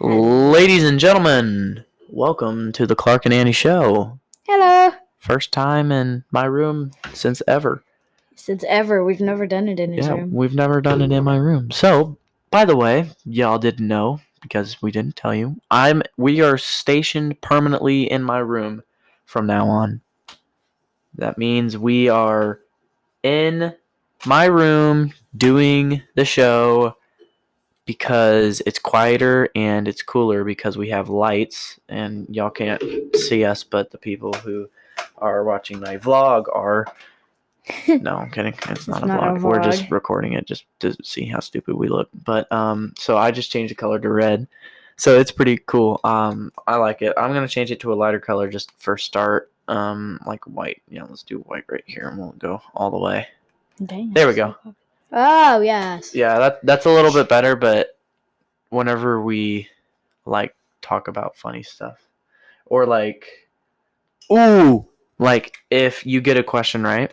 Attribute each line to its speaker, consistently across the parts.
Speaker 1: Ladies and gentlemen, welcome to the Clark and Annie Show.
Speaker 2: Hello.
Speaker 1: First time in my room since ever.
Speaker 2: Since ever, we've never done it in his
Speaker 1: yeah,
Speaker 2: room.
Speaker 1: we've never done it in my room. So, by the way, y'all didn't know because we didn't tell you. I'm we are stationed permanently in my room from now on. That means we are in my room doing the show because it's quieter and it's cooler because we have lights and y'all can't see us but the people who are watching my vlog are no i'm kidding it's not, a,
Speaker 2: not
Speaker 1: vlog.
Speaker 2: a
Speaker 1: we're just
Speaker 2: vlog.
Speaker 1: recording it just to see how stupid we look but um so i just changed the color to red so it's pretty cool um i like it i'm gonna change it to a lighter color just for start um like white yeah let's do white right here and we'll go all the way
Speaker 2: Dang,
Speaker 1: There we
Speaker 2: that's
Speaker 1: go.
Speaker 2: so cool. Oh yes.
Speaker 1: yeah that that's a little bit better but whenever we like talk about funny stuff or like ooh like if you get a question right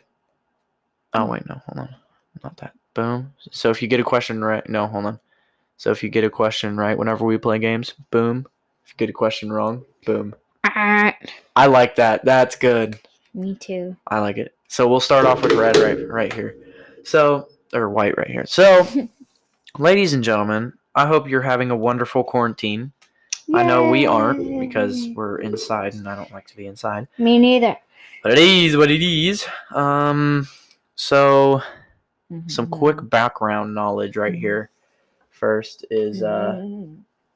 Speaker 1: oh wait no hold on not that boom so if you get a question right no hold on so if you get a question right whenever we play games boom if you get a question wrong boom
Speaker 2: Ah,
Speaker 1: i like that that's good
Speaker 2: Me too.
Speaker 1: I like it. So we'll start off with red right right here. So or white right here. So ladies and gentlemen, I hope you're having a wonderful quarantine. I know we aren't because
Speaker 2: Yay.
Speaker 1: we're inside and I don't like to be inside.
Speaker 2: me neither.
Speaker 1: But it is what it is. Um so
Speaker 2: Mm-hmm.
Speaker 1: some quick background knowledge right here. First is uh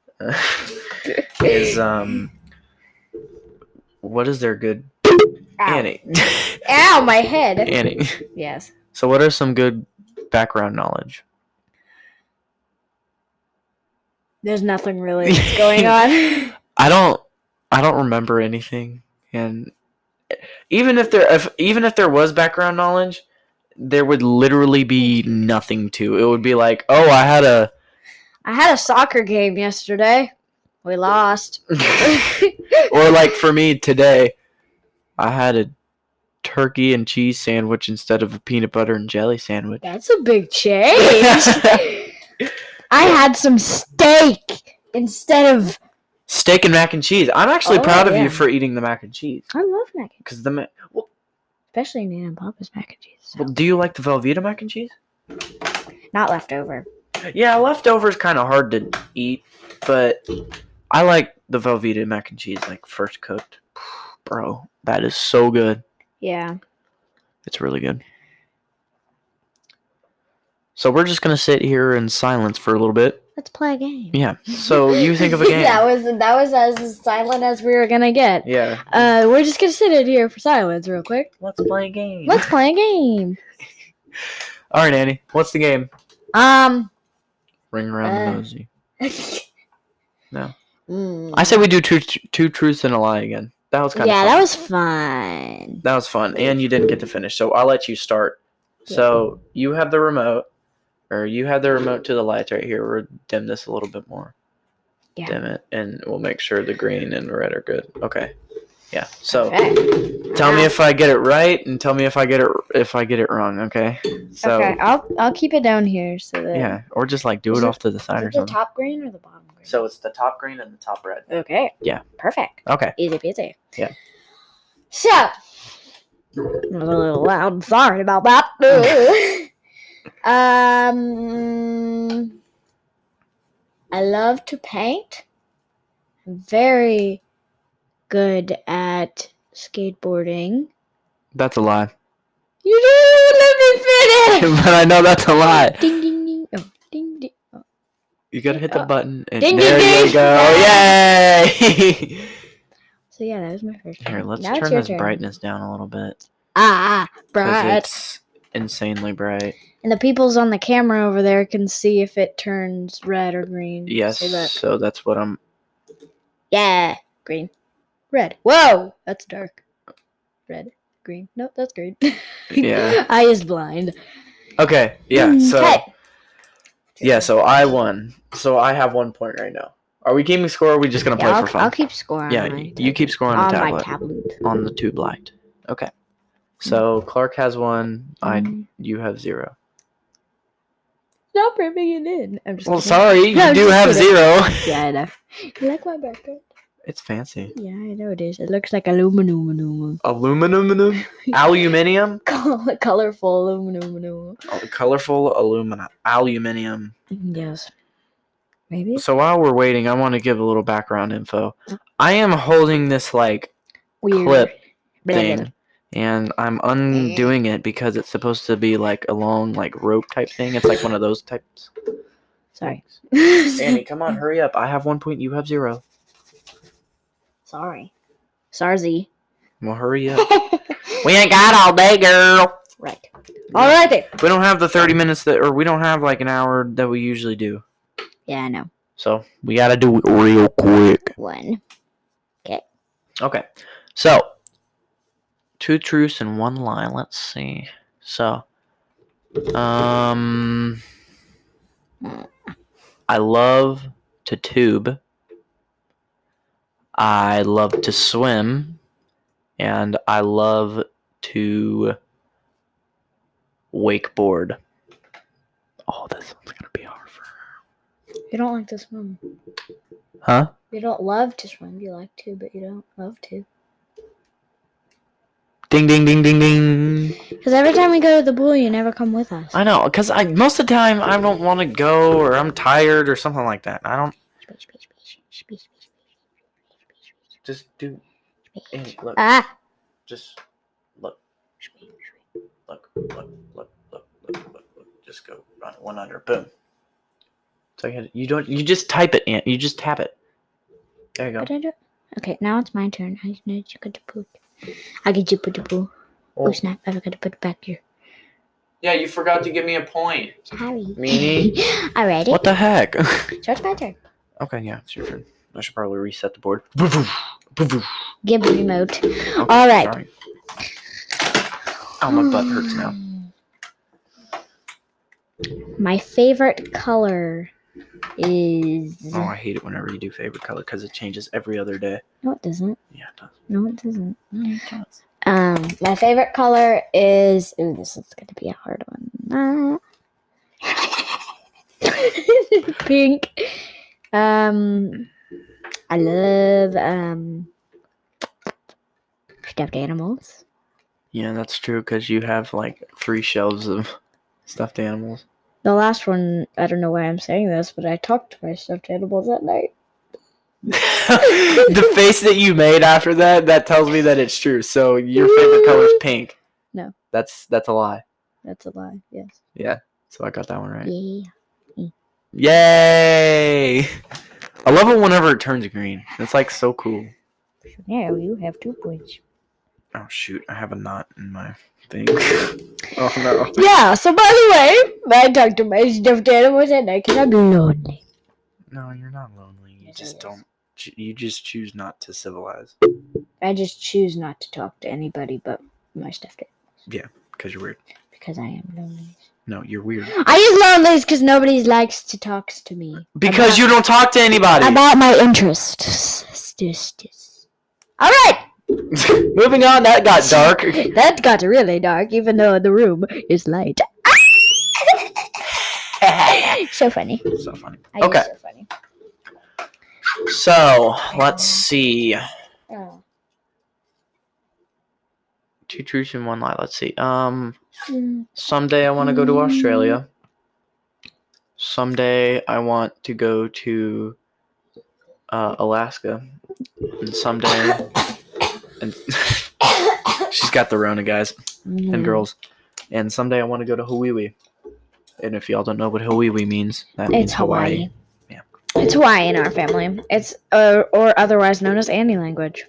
Speaker 1: is um what is their good
Speaker 2: Ow.
Speaker 1: Annie?
Speaker 2: Ow, my head.
Speaker 1: Annie.
Speaker 2: Yes.
Speaker 1: So, what are some good background knowledge?
Speaker 2: There's nothing really that's going on.
Speaker 1: I don't, I don't remember anything, and even if there, if even if there was background knowledge, there would literally be nothing to. It would be like, oh, I had a,
Speaker 2: I had a soccer game yesterday. We lost.
Speaker 1: or like for me today, I had a turkey and cheese sandwich instead of a peanut butter and jelly sandwich.
Speaker 2: That's a big change. I had some steak instead of.
Speaker 1: Steak and mac and cheese. I'm actually
Speaker 2: Oh,
Speaker 1: proud of
Speaker 2: yeah.
Speaker 1: you for eating the mac and cheese
Speaker 2: I love mac and cheese,
Speaker 1: because the ma- well,
Speaker 2: especially Nana and Papa's mac and cheese.
Speaker 1: well, do you like the Velveeta mac and cheese?
Speaker 2: Not leftover.
Speaker 1: Yeah, leftovers kind of hard to eat, but I like the Velveeta mac and cheese like first cooked. Bro, that is so good.
Speaker 2: Yeah.
Speaker 1: It's really good. So we're just gonna sit here in silence for a little bit.
Speaker 2: Let's play a game.
Speaker 1: Yeah. So you think of a game?
Speaker 2: that was that was as silent as we were gonna get.
Speaker 1: yeah.
Speaker 2: Uh, we're just gonna sit in here for silence, real quick.
Speaker 1: Let's play a game.
Speaker 2: Let's play a game.
Speaker 1: All right, Annie. What's the game?
Speaker 2: Um.
Speaker 1: Ring around
Speaker 2: Uh.
Speaker 1: the nosy. No.
Speaker 2: Mm.
Speaker 1: I said we do two two truths and a lie again. That was kind of
Speaker 2: yeah, that was fun.
Speaker 1: That was fun, and you didn't get to finish, so I'll let you start.
Speaker 2: Yeah.
Speaker 1: So you have the remote, or you have the remote to the lights right here. We'll dim this a little bit more.
Speaker 2: Yeah.
Speaker 1: Dim it, and we'll make sure the green and red are good. Okay. Yeah. So
Speaker 2: Okay.
Speaker 1: tell me if I get it right, and tell me if I get it if I get it wrong. Okay. So
Speaker 2: okay, I'll I'll keep it down here so that.
Speaker 1: yeah, or just like do
Speaker 2: Is
Speaker 1: it
Speaker 2: it-
Speaker 1: off to the side
Speaker 2: Is
Speaker 1: or
Speaker 2: it the
Speaker 1: something.
Speaker 2: top green or the bottom green?
Speaker 1: So it's the top green and the top red.
Speaker 2: Okay.
Speaker 1: Yeah.
Speaker 2: Perfect.
Speaker 1: Okay.
Speaker 2: Easy peasy.
Speaker 1: Yeah.
Speaker 2: So. That was a little loud. I'm Sorry about that. um. I love to paint. I'm very good at skateboarding.
Speaker 1: That's a lie,
Speaker 2: You didn't let me finish.
Speaker 1: but I know that's a lie.
Speaker 2: Ding ding ding. Oh, ding ding. Oh.
Speaker 1: You gotta hit the
Speaker 2: Oh.
Speaker 1: button, and
Speaker 2: Ding, ding,
Speaker 1: there
Speaker 2: ding.
Speaker 1: you go! Yay!
Speaker 2: So yeah, that was my first.
Speaker 1: Here,
Speaker 2: one.
Speaker 1: let's
Speaker 2: Now it's
Speaker 1: turn
Speaker 2: your
Speaker 1: this brightness down a little bit.
Speaker 2: Ah, ah,
Speaker 1: 'cause
Speaker 2: bright.
Speaker 1: It's insanely bright.
Speaker 2: And the people's on the camera over there can see if it turns red or green.
Speaker 1: Yes,
Speaker 2: Mm, Say that.
Speaker 1: so that's what I'm.
Speaker 2: Yeah. Green. Red. Whoa! That's dark. Red. Green. No, that's green.
Speaker 1: Yeah.
Speaker 2: I is blind.
Speaker 1: Okay, yeah,
Speaker 2: Mm,
Speaker 1: so.
Speaker 2: okay.
Speaker 1: Yeah, so I won. So I have one point right now. Are we keeping score? Or are we just gonna play
Speaker 2: Yeah, I'll,
Speaker 1: for fun?
Speaker 2: I'll keep score on
Speaker 1: yeah,
Speaker 2: my
Speaker 1: y- you keep score on, the
Speaker 2: my
Speaker 1: tablet
Speaker 2: tablet. Mm.
Speaker 1: on the tube light. Okay. So Clark has one. I you have zero.
Speaker 2: Stop ripping it in. I'm just
Speaker 1: Well,
Speaker 2: kidding.
Speaker 1: sorry, you
Speaker 2: I'm
Speaker 1: do
Speaker 2: just
Speaker 1: have
Speaker 2: kidding.
Speaker 1: zero.
Speaker 2: Yeah, I know. You like my background?
Speaker 1: It's fancy.
Speaker 2: Yeah, I know it is. It looks like aluminum, aluminum.
Speaker 1: Aluminum, aluminium,
Speaker 2: Col- colorful aluminum, aluminum.
Speaker 1: Oh, colorful aluminum, aluminium.
Speaker 2: Yes. Maybe.
Speaker 1: So while we're waiting, I want to give a little background info. I am holding this like
Speaker 2: Weird.
Speaker 1: clip
Speaker 2: Blah, blah, blah.
Speaker 1: thing, and I'm undoing it because it's supposed to be like a long like rope type thing. It's like one of those types.
Speaker 2: Sorry.
Speaker 1: Sammy, come on, hurry up! I have one point. You have zero.
Speaker 2: Sorry. Sarzy.
Speaker 1: Well, hurry up. we ain't got all day, girl.
Speaker 2: right. All right then.
Speaker 1: We don't have the thirty minutes that, or we don't have like an hour that we usually do.
Speaker 2: Yeah, I know.
Speaker 1: So we gotta do it real quick.
Speaker 2: One.
Speaker 1: Okay. So, two truths and one lie. Let's see. So, um, I love to tube. I love to swim. And I love to wakeboard. Oh, this one's going to be hard for her.
Speaker 2: You don't like to swim.
Speaker 1: Huh?
Speaker 2: You don't love to swim. You like to, but you don't love to.
Speaker 1: Ding, ding, ding, ding, ding.
Speaker 2: Because every time we go to the pool, you never come with us.
Speaker 1: I know, cause I most of the time I don't want to go or I'm tired or something like that. I don't just do. Hey, look,
Speaker 2: Ah.
Speaker 1: just look, look, look, look, look, look, look, look. Just go run one under. Boom. So you, you don't. You just type it, Ant. You just tap it. There you go.
Speaker 2: But I don't- Okay, now it's my turn. I need you to put. I get you put the pool. Oh
Speaker 1: Oh,
Speaker 2: snap! I forgot to put it back here.
Speaker 1: yeah, you forgot to give me a point.
Speaker 2: Sorry.
Speaker 1: Meanie.
Speaker 2: I read it.
Speaker 1: What the heck?
Speaker 2: So it's my turn.
Speaker 1: okay, yeah, it's your turn. I should probably reset the board.
Speaker 2: Give me remote.
Speaker 1: Okay,
Speaker 2: All right.
Speaker 1: sorry. Oh, my butt hurts now.
Speaker 2: My favorite color is.
Speaker 1: Oh, I hate it whenever you do favorite color because it changes every other day.
Speaker 2: No, it doesn't.
Speaker 1: Yeah, it does.
Speaker 2: No, it doesn't.
Speaker 1: Mm,
Speaker 2: Um, my favorite color is. Ooh, this is gonna be a hard one. Ah. Pink. Um, I love um stuffed animals.
Speaker 1: Yeah, that's true because you have like three shelves of stuffed animals.
Speaker 2: The last one, I don't know why I'm saying this, but I talked to my stuffed animals at night.
Speaker 1: the face that you made after that that tells me that it's true. So your favorite color is pink.
Speaker 2: No.
Speaker 1: That's that's a lie.
Speaker 2: That's a lie. Yes.
Speaker 1: So I got that one right.
Speaker 2: Yeah.
Speaker 1: Yay! I love it whenever it turns green. It's like so cool.
Speaker 2: Now you have two points.
Speaker 1: Oh shoot, I have a knot in my thing. oh no.
Speaker 2: Yeah, so by the way, I talked to my stuffed animals at night because I'm lonely.
Speaker 1: No, you're not lonely. You
Speaker 2: Yes, I
Speaker 1: just
Speaker 2: is.
Speaker 1: don't. ch- You just choose not to civilize
Speaker 2: I just choose not to talk to anybody but my stuffed animals
Speaker 1: because you're weird.
Speaker 2: because I am lonely.
Speaker 1: No, you're weird.
Speaker 2: I use lonely because nobody likes to talk to me.
Speaker 1: Because
Speaker 2: about,
Speaker 1: you don't talk to anybody.
Speaker 2: About my interests. Alright!
Speaker 1: Moving on, that got dark.
Speaker 2: That got really dark, even though the room is light. so funny.
Speaker 1: so funny.
Speaker 2: I am
Speaker 1: Okay.
Speaker 2: So funny.
Speaker 1: So let's see. Two truths and one lie. Let's see. Um,
Speaker 2: Mm.
Speaker 1: someday I want to go to Australia. Someday I want to go to uh, Alaska. And someday, and she's got the Rona, guys.
Speaker 2: Mm-hmm.
Speaker 1: and girls. And someday I want to go to Hawaii. And if y'all don't know what Hawaii means, that means
Speaker 2: It's
Speaker 1: Hawaii.
Speaker 2: Hawaii.
Speaker 1: Yeah.
Speaker 2: It's Hawaii in our family. It's uh, or otherwise known as Annie language.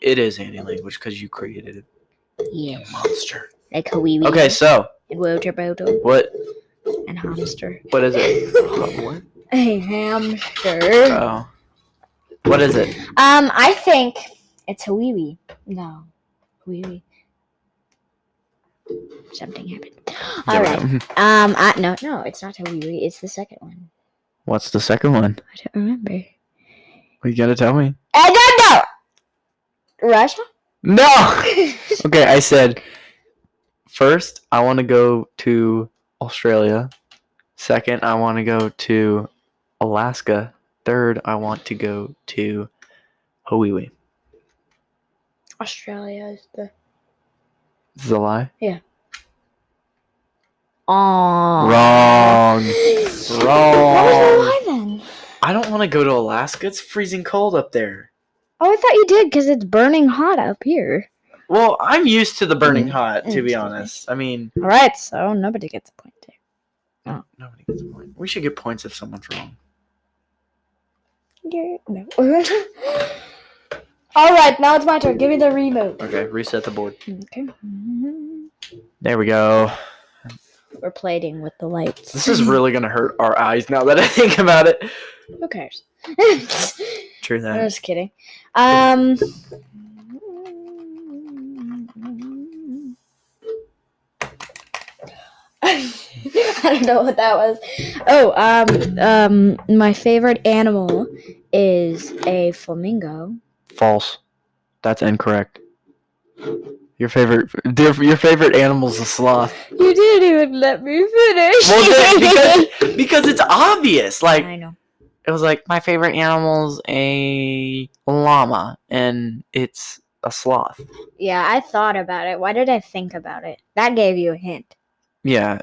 Speaker 1: It is any language because you created
Speaker 2: Yeah.
Speaker 1: a monster.
Speaker 2: Like Hawaii.
Speaker 1: Okay, so
Speaker 2: And Woter Bodo
Speaker 1: what
Speaker 2: and hamster.
Speaker 1: what is it? what?
Speaker 2: A hamster.
Speaker 1: Oh. What is it?
Speaker 2: Um, I think it's Hawaii. No, Hawaii. Something happened. All
Speaker 1: There we
Speaker 2: right.
Speaker 1: go.
Speaker 2: Um, I, no, no, it's not Hawaii. It's the second one.
Speaker 1: What's the second one?
Speaker 2: I don't remember.
Speaker 1: Are you gonna tell me?
Speaker 2: I don't know. Russia.
Speaker 1: No. Okay, I said first I want to go to Australia. Second, I want to go to Alaska. Third, I want to go to Hawaii.
Speaker 2: Australia is the.
Speaker 1: This is a lie.
Speaker 2: Oh.
Speaker 1: Wrong. Wrong.
Speaker 2: What was the lie then?
Speaker 1: I don't want to go to Alaska. It's freezing cold up there.
Speaker 2: Oh, I thought you did because it's burning hot up here.
Speaker 1: Well, I'm used to the burning
Speaker 2: Mm,
Speaker 1: hot, to be
Speaker 2: mm,
Speaker 1: honest. I mean,
Speaker 2: All right, so nobody gets a point there.
Speaker 1: nobody gets a point. We should get points if someone's wrong.
Speaker 2: Yeah, no. All right, now it's my turn. Give me the remote.
Speaker 1: Okay, reset the board.
Speaker 2: Okay.
Speaker 1: There we go.
Speaker 2: We're plating with the lights.
Speaker 1: This is really gonna hurt our eyes now that I think about it.
Speaker 2: Who cares?
Speaker 1: True
Speaker 2: I'm
Speaker 1: that.
Speaker 2: just kidding. Um. I don't know what that was. Oh, um, um, my favorite animal is a flamingo.
Speaker 1: False. That's incorrect. Your favorite, dear- your favorite animal's a sloth.
Speaker 2: You didn't even let me finish.
Speaker 1: Well, that- because, because it's obvious. Like
Speaker 2: I know.
Speaker 1: it was like my favorite animal's a llama, and it's a sloth.
Speaker 2: Yeah, I thought about it. Why did I think about it? That gave you a hint.
Speaker 1: Yeah.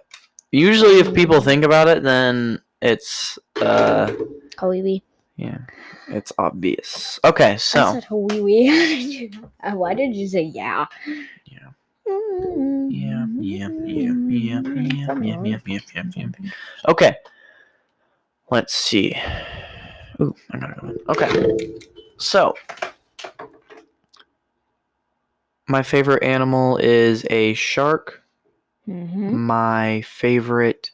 Speaker 1: Usually, if people think about it, then it's uh,
Speaker 2: Hawiwi.
Speaker 1: yeah, it's obvious. Okay,
Speaker 2: I
Speaker 1: so
Speaker 2: said Hawiwi. Uh, Why did you say yeah? Mm-hmm.
Speaker 1: Yeah. yeah,
Speaker 2: Yeah.
Speaker 1: yeah, yeah, yeah,
Speaker 2: Mm-hmm.
Speaker 1: yeah, yeah, yeah, yeah, yeah, yeah. Okay. Let's see. Ooh, I got another one. Okay. So, my favorite animal is a shark.
Speaker 2: Mm-hmm.
Speaker 1: My favorite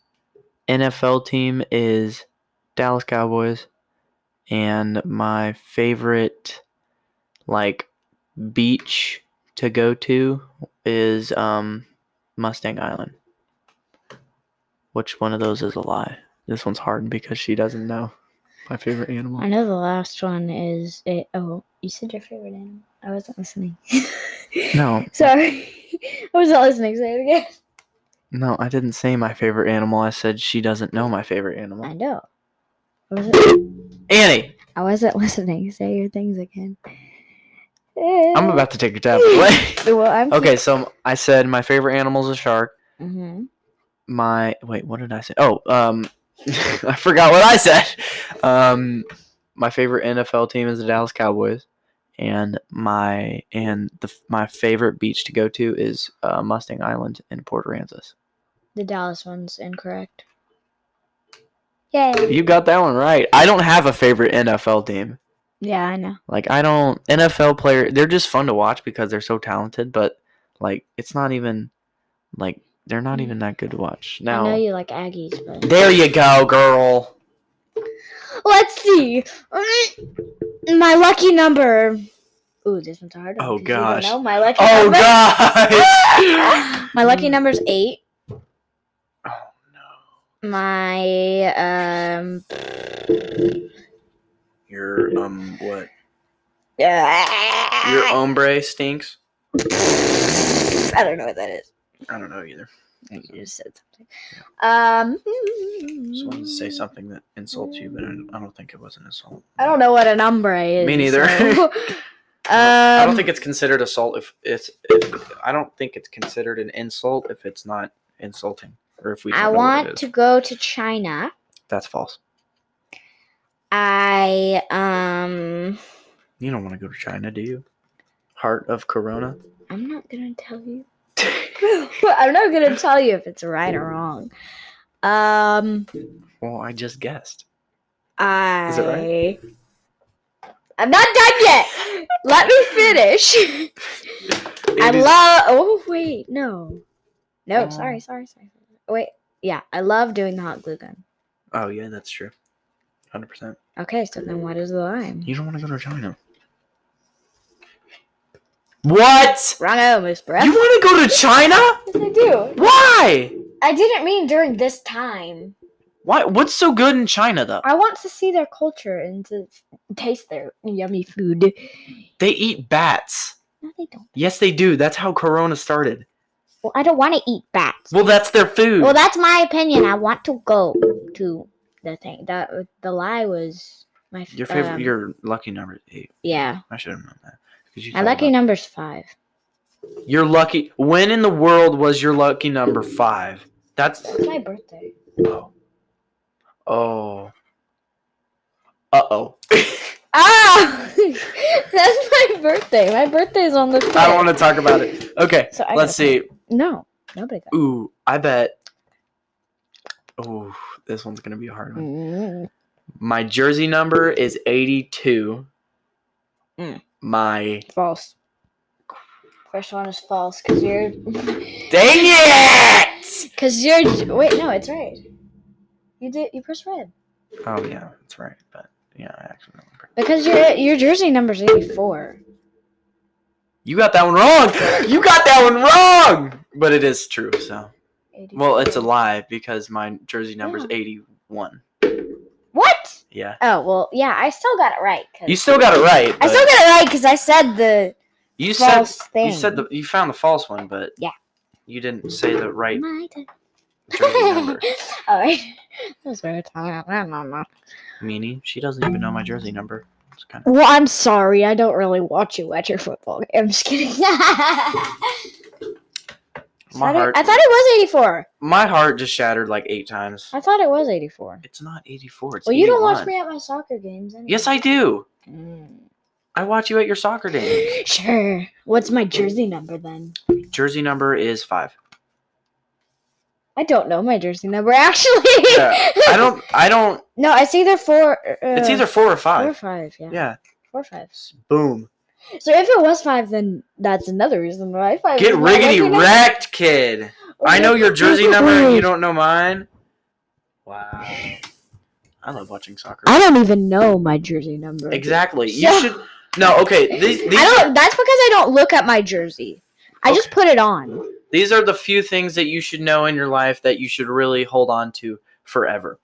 Speaker 1: NFL team is Dallas Cowboys. And my favorite, like, beach to go to is um, Mustang Island. Which one of those is a lie? This one's hard because she doesn't know my favorite
Speaker 2: I
Speaker 1: animal.
Speaker 2: know the last one is it. Oh, you said your favorite animal. I wasn't listening.
Speaker 1: No,
Speaker 2: Sorry. I wasn't listening. Say it again.
Speaker 1: no, I didn't say my favorite animal. I said she doesn't know my favorite
Speaker 2: I
Speaker 1: animal.
Speaker 2: know. I wasn't,
Speaker 1: Annie,
Speaker 2: I wasn't listening. Say your things again.
Speaker 1: I'm about to take your tablet away.
Speaker 2: Well, I'm.
Speaker 1: Okay, so I said my favorite animal is a shark.
Speaker 2: Mm-hmm.
Speaker 1: My wait, what did I say? Oh, um, I forgot what I said. Um, my favorite NFL team is the Dallas Cowboys, and my and the f- my favorite beach to go to is uh, Mustang Island in Port Aransas.
Speaker 2: The Dallas one's incorrect. Yay.
Speaker 1: You got that one right. I don't have a favorite NFL team.
Speaker 2: Yeah, I know.
Speaker 1: Like I don't NFL player. They're just fun to watch because they're so talented. But like, it's not even like they're not even that good to watch. Now
Speaker 2: Mm. I know you like Aggies, but
Speaker 1: There you go, girl.
Speaker 2: let's see. Mm, My lucky number. Ooh, this one's a hard. one,
Speaker 1: Oh,
Speaker 2: 'cause you don't
Speaker 1: gosh.
Speaker 2: know my lucky
Speaker 1: Oh
Speaker 2: number.
Speaker 1: gosh.
Speaker 2: My lucky number's eight.
Speaker 1: Oh,
Speaker 2: My um.
Speaker 1: Your um what? Your
Speaker 2: I
Speaker 1: ombre stinks.
Speaker 2: don't know what that is.
Speaker 1: I don't know either.
Speaker 2: You just said something. Um. Mm.
Speaker 1: Just wanted to say something that insults you, but I don't, I don't think it was an assault.
Speaker 2: I don't know what an ombre is.
Speaker 1: Me neither.
Speaker 2: so- um,
Speaker 1: I don't think it's considered assault if it's. If, I don't think it's considered an insult if it's not insulting or if we. Don't
Speaker 2: I
Speaker 1: know what it
Speaker 2: want
Speaker 1: is.
Speaker 2: to go to China.
Speaker 1: That's false.
Speaker 2: I um
Speaker 1: You don't want to go to China, do you? Heart of Corona.
Speaker 2: I'm not gonna tell you. I'm not gonna tell you if it's right or wrong. Um
Speaker 1: well, I just guessed.
Speaker 2: I
Speaker 1: Is it right?
Speaker 2: I'm not done yet! Let me finish. I
Speaker 1: It is-
Speaker 2: love oh wait, no. No,
Speaker 1: Uh.
Speaker 2: sorry, sorry, sorry. Wait, yeah, I love doing the hot glue gun.
Speaker 1: Oh yeah, that's true. Hundred percent.
Speaker 2: Okay, so then what is the line?
Speaker 1: You don't want to go to China. What?
Speaker 2: Wrong-o, Miss Breath.
Speaker 1: You want to go to China?
Speaker 2: yes, I do.
Speaker 1: Why?
Speaker 2: I didn't mean during this time.
Speaker 1: Why? What's so good in China though?
Speaker 2: I want to see their culture and to taste their yummy food.
Speaker 1: They eat bats.
Speaker 2: No, they don't.
Speaker 1: Yes, they do. That's how Corona started.
Speaker 2: Well, I don't want to eat bats.
Speaker 1: Well, that's their food.
Speaker 2: Well, that's my opinion. I want to go to the thing. That the lie was my f-
Speaker 1: your favorite.
Speaker 2: um,
Speaker 1: your lucky number is eight.
Speaker 2: yeah.
Speaker 1: I should have known that. 'cause you
Speaker 2: My
Speaker 1: thought
Speaker 2: lucky
Speaker 1: about-
Speaker 2: number's five.
Speaker 1: Your lucky. When in the world was your lucky number five? That's.
Speaker 2: That's my birthday.
Speaker 1: Oh. Oh. Uh oh.
Speaker 2: Ah, that's my birthday. My birthday's on the.
Speaker 1: I don't want to talk about it. Okay.
Speaker 2: So I
Speaker 1: Let's
Speaker 2: gotta-
Speaker 1: see.
Speaker 2: No, nobody. Got
Speaker 1: Ooh, I bet. Ooh, this one's gonna be a hard one.
Speaker 2: Mm.
Speaker 1: My jersey number is 82.
Speaker 2: Mm.
Speaker 1: My.
Speaker 2: False. First one is false because you're.
Speaker 1: Dang it!
Speaker 2: Because you're. Wait, no, it's right. You did. You pressed red.
Speaker 1: Oh, yeah, that's right. But, yeah, I actually don't remember.
Speaker 2: Because your your jersey number's eighty four.
Speaker 1: You got that one wrong! You got that one wrong! But it is true, so. Well, it's a lie because my jersey number is
Speaker 2: Yeah.
Speaker 1: 81.
Speaker 2: What?
Speaker 1: Yeah.
Speaker 2: Oh well, yeah. I still got it right. 'cause-
Speaker 1: You still got it right.
Speaker 2: I
Speaker 1: but
Speaker 2: still got it right because I said the
Speaker 1: you said
Speaker 2: false thing.
Speaker 1: you said the you found the false one, but
Speaker 2: Yeah.
Speaker 1: you didn't say the right
Speaker 2: My turn.
Speaker 1: jersey number.
Speaker 2: All right. That was very tired. I don't know.
Speaker 1: Meaning she doesn't even know my jersey number. It's kind of
Speaker 2: Well, I'm sorry. I don't really watch you at your football game. I'm just kidding. I,
Speaker 1: my
Speaker 2: thought it,
Speaker 1: heart.
Speaker 2: I thought it was 84.
Speaker 1: my heart just shattered like eight times.
Speaker 2: I thought it was 84.
Speaker 1: It's not 84. It's
Speaker 2: Well, you don't
Speaker 1: 81.
Speaker 2: watch me at my soccer games. Anyway.
Speaker 1: Yes, I do.
Speaker 2: Mm.
Speaker 1: I watch you at your soccer game.
Speaker 2: Sure. What's my jersey number then?
Speaker 1: Jersey number is five.
Speaker 2: I don't know my jersey number actually.
Speaker 1: Yeah, I don't. I don't.
Speaker 2: No, it's either four. Uh,
Speaker 1: It's either four or
Speaker 2: four or
Speaker 1: five.
Speaker 2: five. Yeah.
Speaker 1: Yeah.
Speaker 2: Four or five.
Speaker 1: Boom.
Speaker 2: So if it was five, then that's another reason why five.
Speaker 1: Get
Speaker 2: is my lucky
Speaker 1: riggedy
Speaker 2: number.
Speaker 1: wrecked, kid. I know your jersey number and you don't know mine. Wow. I love watching soccer.
Speaker 2: I don't even know my jersey number.
Speaker 1: Exactly. You
Speaker 2: So-
Speaker 1: should No, okay. These these,
Speaker 2: I don't. That's because I don't look at my jersey. I just put it on.
Speaker 1: these are the few things that you should know in your life that you should really hold on to forever.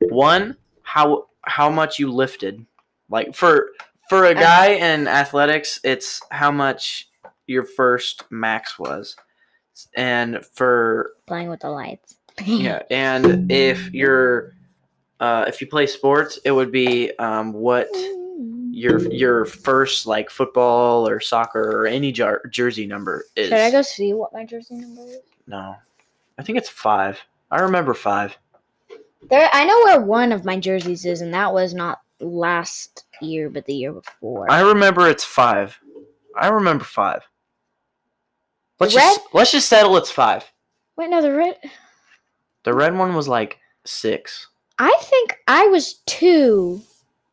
Speaker 1: One, how how much you lifted. Like for for a guy in athletics, it's how much your first max was. And for
Speaker 2: Playing with the lights.
Speaker 1: Yeah, and if you're uh, if you play sports, it would be um, what your your first like football or soccer or any jar- jersey number is.
Speaker 2: Should I go see what my jersey number is?
Speaker 1: No, I think it's five. I remember five.
Speaker 2: There, I know where one of my jerseys is, and that was not last year, but the year before.
Speaker 1: I remember it's five. I remember five. Let's
Speaker 2: The
Speaker 1: just let's just settle it's five.
Speaker 2: Wait, no, the red.
Speaker 1: The red one was like six.
Speaker 2: I think I was two,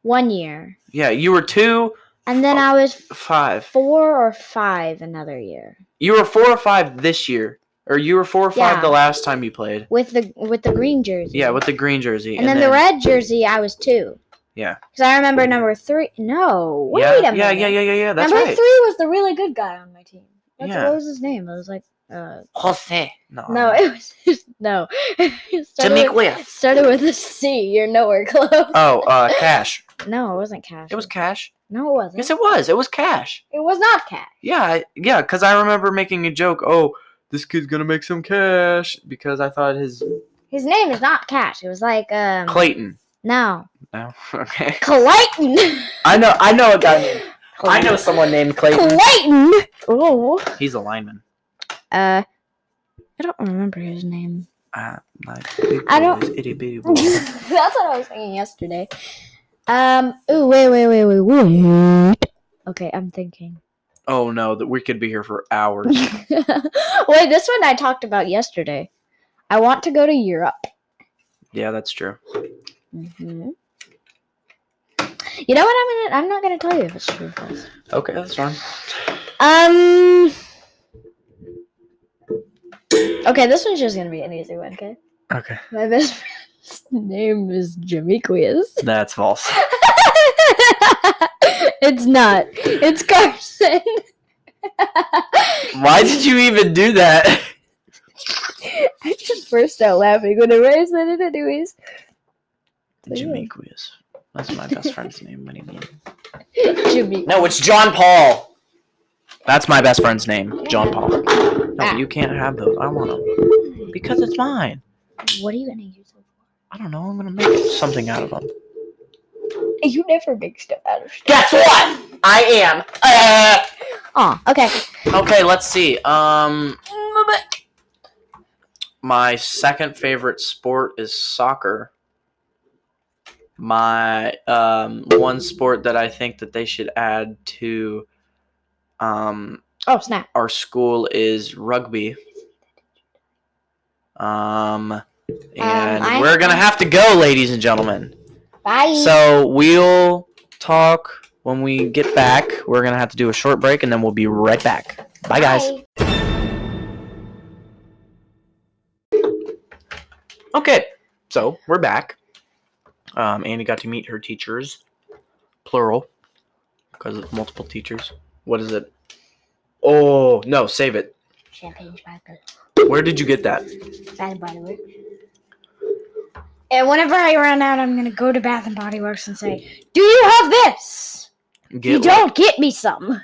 Speaker 2: one year,
Speaker 1: Yeah, you were two,
Speaker 2: and then I was
Speaker 1: five.
Speaker 2: four or five another year
Speaker 1: You were four or five this year, or you were four or five
Speaker 2: Yeah.
Speaker 1: the last time you played.
Speaker 2: with the with the green jersey.
Speaker 1: Yeah, with the green jersey.
Speaker 2: and, then, the red jersey, I was two.
Speaker 1: Yeah.
Speaker 2: Because I remember number three. No, wait
Speaker 1: yeah,
Speaker 2: a minute.
Speaker 1: yeah, yeah, yeah, yeah, yeah. That's
Speaker 2: number
Speaker 1: right.
Speaker 2: three was the really good guy on my team. That's,
Speaker 1: Yeah.
Speaker 2: What was his name? It was like, uh,
Speaker 1: Jose. No.
Speaker 2: no, it was no. It started, with,
Speaker 1: With-
Speaker 2: started with a C. You're nowhere close.
Speaker 1: oh, uh, Cash.
Speaker 2: no, it wasn't Cash.
Speaker 1: It was Cash.
Speaker 2: no, it wasn't.
Speaker 1: Yes, it was. It was Cash.
Speaker 2: It was not Cash.
Speaker 1: Yeah, I- yeah. Because I remember making a joke. Oh, this kid's gonna make some cash because I thought his
Speaker 2: His name is not Cash. It was like um
Speaker 1: Clayton.
Speaker 2: no
Speaker 1: No. Okay.
Speaker 2: Clayton.
Speaker 1: I know. I know a guy. named- I know someone named Clayton.
Speaker 2: Clayton. Oh.
Speaker 1: He's a lineman.
Speaker 2: Uh, I don't remember his name.
Speaker 1: Uh, like, big
Speaker 2: I don't-
Speaker 1: boys, itty bitty boys.
Speaker 2: That's what I was thinking yesterday. Um. Ooh. Wait. Wait. Wait. Wait. Wait. Okay. I'm thinking.
Speaker 1: oh no, that we could be here for hours.
Speaker 2: wait. This one I talked about yesterday. I want to go to Europe.
Speaker 1: yeah, that's true.
Speaker 2: hmm You know what? I'm gonna. I'm not gonna tell you if it's true or false.
Speaker 1: Okay, that's fine.
Speaker 2: Um. Okay. This one's just gonna be an easy one. Okay.
Speaker 1: Okay,
Speaker 2: My best friend's name is Jamiquius.
Speaker 1: that's false.
Speaker 2: it's not. It's Carson.
Speaker 1: Why did you even do that?
Speaker 2: I just burst out laughing when I realized that it anyways. But yeah.
Speaker 1: Jamequius. That's my best friend's name. What do you mean?
Speaker 2: Jimmy.
Speaker 1: No, it's John Paul. That's my best friend's name, John Paul. No, you can't have those. I want them because it's mine.
Speaker 2: What are you gonna use them
Speaker 1: I don't know. I'm gonna make something out of them.
Speaker 2: for? You never make stuff out of stuff.
Speaker 1: Guess what? I am. Uh,
Speaker 2: Aw, okay.
Speaker 1: okay, let's see. Um, my second favorite sport is soccer. My um, one sport that I think that they should add to um,
Speaker 2: Oh snap.
Speaker 1: our school is rugby. Um, and
Speaker 2: I-
Speaker 1: we're gonna have to go, ladies and gentlemen.
Speaker 2: Bye.
Speaker 1: So we'll talk when we get back. We're gonna have to do a short break, and then we'll be right back. Bye, guys. Okay, so we're back. Um, Annie got to meet her teachers, plural, because it's multiple teachers. What is it? Oh no, save it.
Speaker 2: Champagne sparkle.
Speaker 1: Where did you get that?
Speaker 2: Bath and Body Works. And whenever I run out, I'm gonna go to Bath and Body Works and say, "Do you have this?
Speaker 1: Get
Speaker 2: you
Speaker 1: like-
Speaker 2: don't get me some."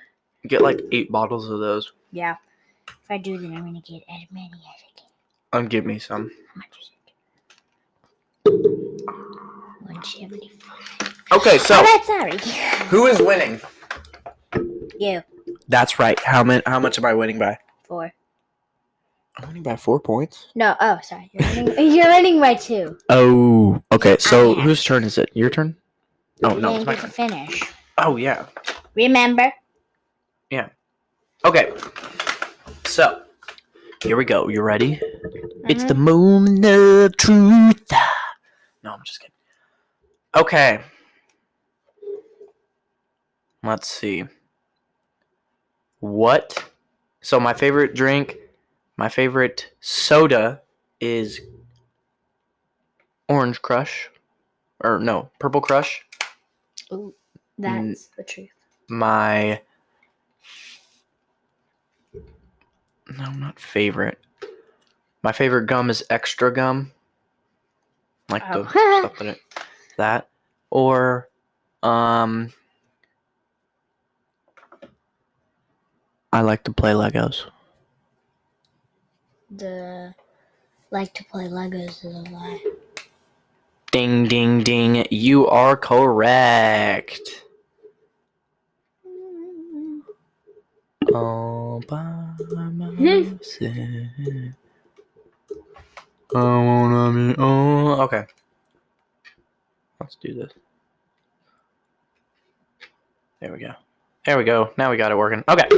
Speaker 1: Get like eight bottles of those.
Speaker 2: Yeah. If I do, then I'm gonna get as many as I can.
Speaker 1: Um, give me some.
Speaker 2: How much is it? One seventy.
Speaker 1: Okay,
Speaker 2: Oh,
Speaker 1: so
Speaker 2: that's sorry.
Speaker 1: who is winning?
Speaker 2: You
Speaker 1: That's right. How many? How much am I winning by?
Speaker 2: four.
Speaker 1: I'm winning by four points.
Speaker 2: No. Oh, sorry. You're running, you're running by two.
Speaker 1: Oh, okay. So
Speaker 2: I-
Speaker 1: whose turn is it? Your turn? Oh no,
Speaker 2: You
Speaker 1: it's my
Speaker 2: get to
Speaker 1: turn.
Speaker 2: finish.
Speaker 1: Oh yeah.
Speaker 2: Remember.
Speaker 1: Okay. So here we go. You ready? It's
Speaker 2: Mhm.
Speaker 1: the moment of truth. No, I'm just kidding. Okay. Let's see. What? So my favorite drink, my favorite soda is Orange Crush. Or no, Purple Crush.
Speaker 2: Uh-huh.
Speaker 1: Mm.
Speaker 2: That's the truth.
Speaker 1: My No, not favorite. My favorite gum is extra gum. Like the
Speaker 2: Oh.
Speaker 1: stuff in it. That or um I like to play Legos.
Speaker 2: The like to play Legos is a lie.
Speaker 1: Ding ding ding. You are correct. All by myself. I wanna be all- Okay. Let's do this. There we go. There we go. Now we got it working. Okay.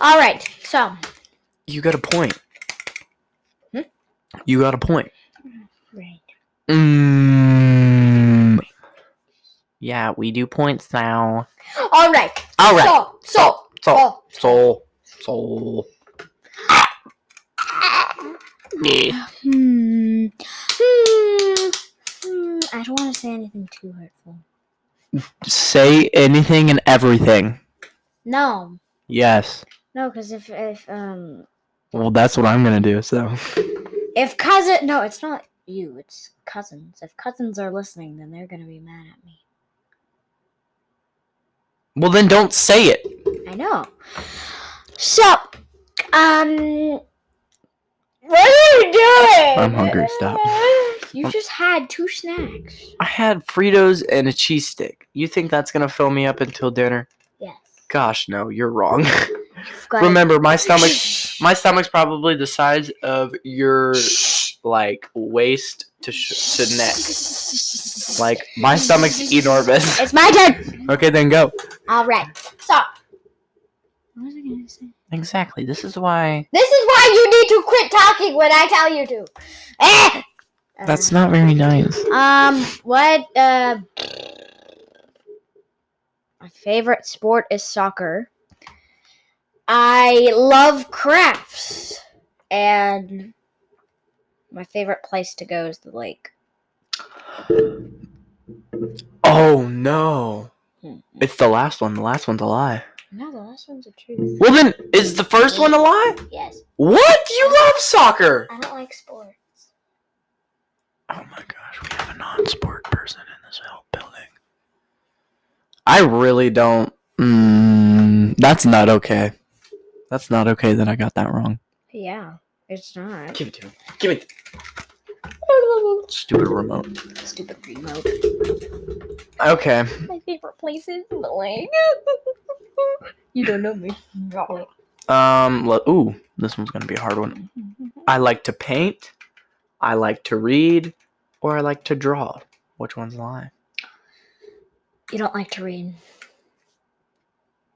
Speaker 2: All right. So
Speaker 1: You got a point.
Speaker 2: Hmm?
Speaker 1: You got a point.
Speaker 2: right.
Speaker 1: Mm. Yeah, we do points now.
Speaker 2: All right.
Speaker 1: All right.
Speaker 2: So so
Speaker 1: Soul.
Speaker 2: so.
Speaker 1: Soul. Soul.
Speaker 2: Hmm. Hmm. Hmm. I don't want to say anything too hurtful.
Speaker 1: Say anything and everything.
Speaker 2: No.
Speaker 1: Yes.
Speaker 2: No, because if if um
Speaker 1: Well, that's what I'm gonna do. So.
Speaker 2: if cousin no, it's not you. It's cousins. If cousins are listening, then they're gonna be mad at me.
Speaker 1: Well, then don't say it.
Speaker 2: I know. So, um, what are you doing?
Speaker 1: I'm hungry, stop.
Speaker 2: You just had two snacks.
Speaker 1: I had Fritos and a cheese stick. You think that's gonna fill me up until dinner?
Speaker 2: Yes.
Speaker 1: Gosh, no. You're wrong.
Speaker 2: You've got-
Speaker 1: Remember, my stomach.
Speaker 2: Shh.
Speaker 1: My stomach's probably the size of your
Speaker 2: Shh.
Speaker 1: like waist to sh- to neck. Like my stomach's enormous.
Speaker 2: It's my turn.
Speaker 1: okay, then go.
Speaker 2: All right. So, what was I gonna say?
Speaker 1: Exactly. This is why.
Speaker 2: This is why you need to quit talking when I tell you to. Eh!
Speaker 1: That's not very nice.
Speaker 2: Um, what, uh, my favorite sport is soccer. I love crafts. And my favorite place to go is the lake.
Speaker 1: Oh no!
Speaker 2: Hmm.
Speaker 1: Oh, It's the last one. The last one's a lie.
Speaker 2: No, the last one's a truth.
Speaker 1: Well, then, is the first one a lie?
Speaker 2: Yes.
Speaker 1: What? You love soccer!
Speaker 2: I don't like sports.
Speaker 1: Oh my gosh, we have a non sport person in this whole building. I really don't. Mm, that's not okay. That's not okay that I got that wrong.
Speaker 2: Yeah, it's not.
Speaker 1: Give it to me. Give me stupid remote.
Speaker 2: Stupid remote.
Speaker 1: Okay.
Speaker 2: My favorite place is the lake. you don't know me.
Speaker 1: Um. le- Ooh, this one's gonna be a hard one. I like to paint. I like to read, or I like to draw. Which one's lying?
Speaker 2: You don't like to read.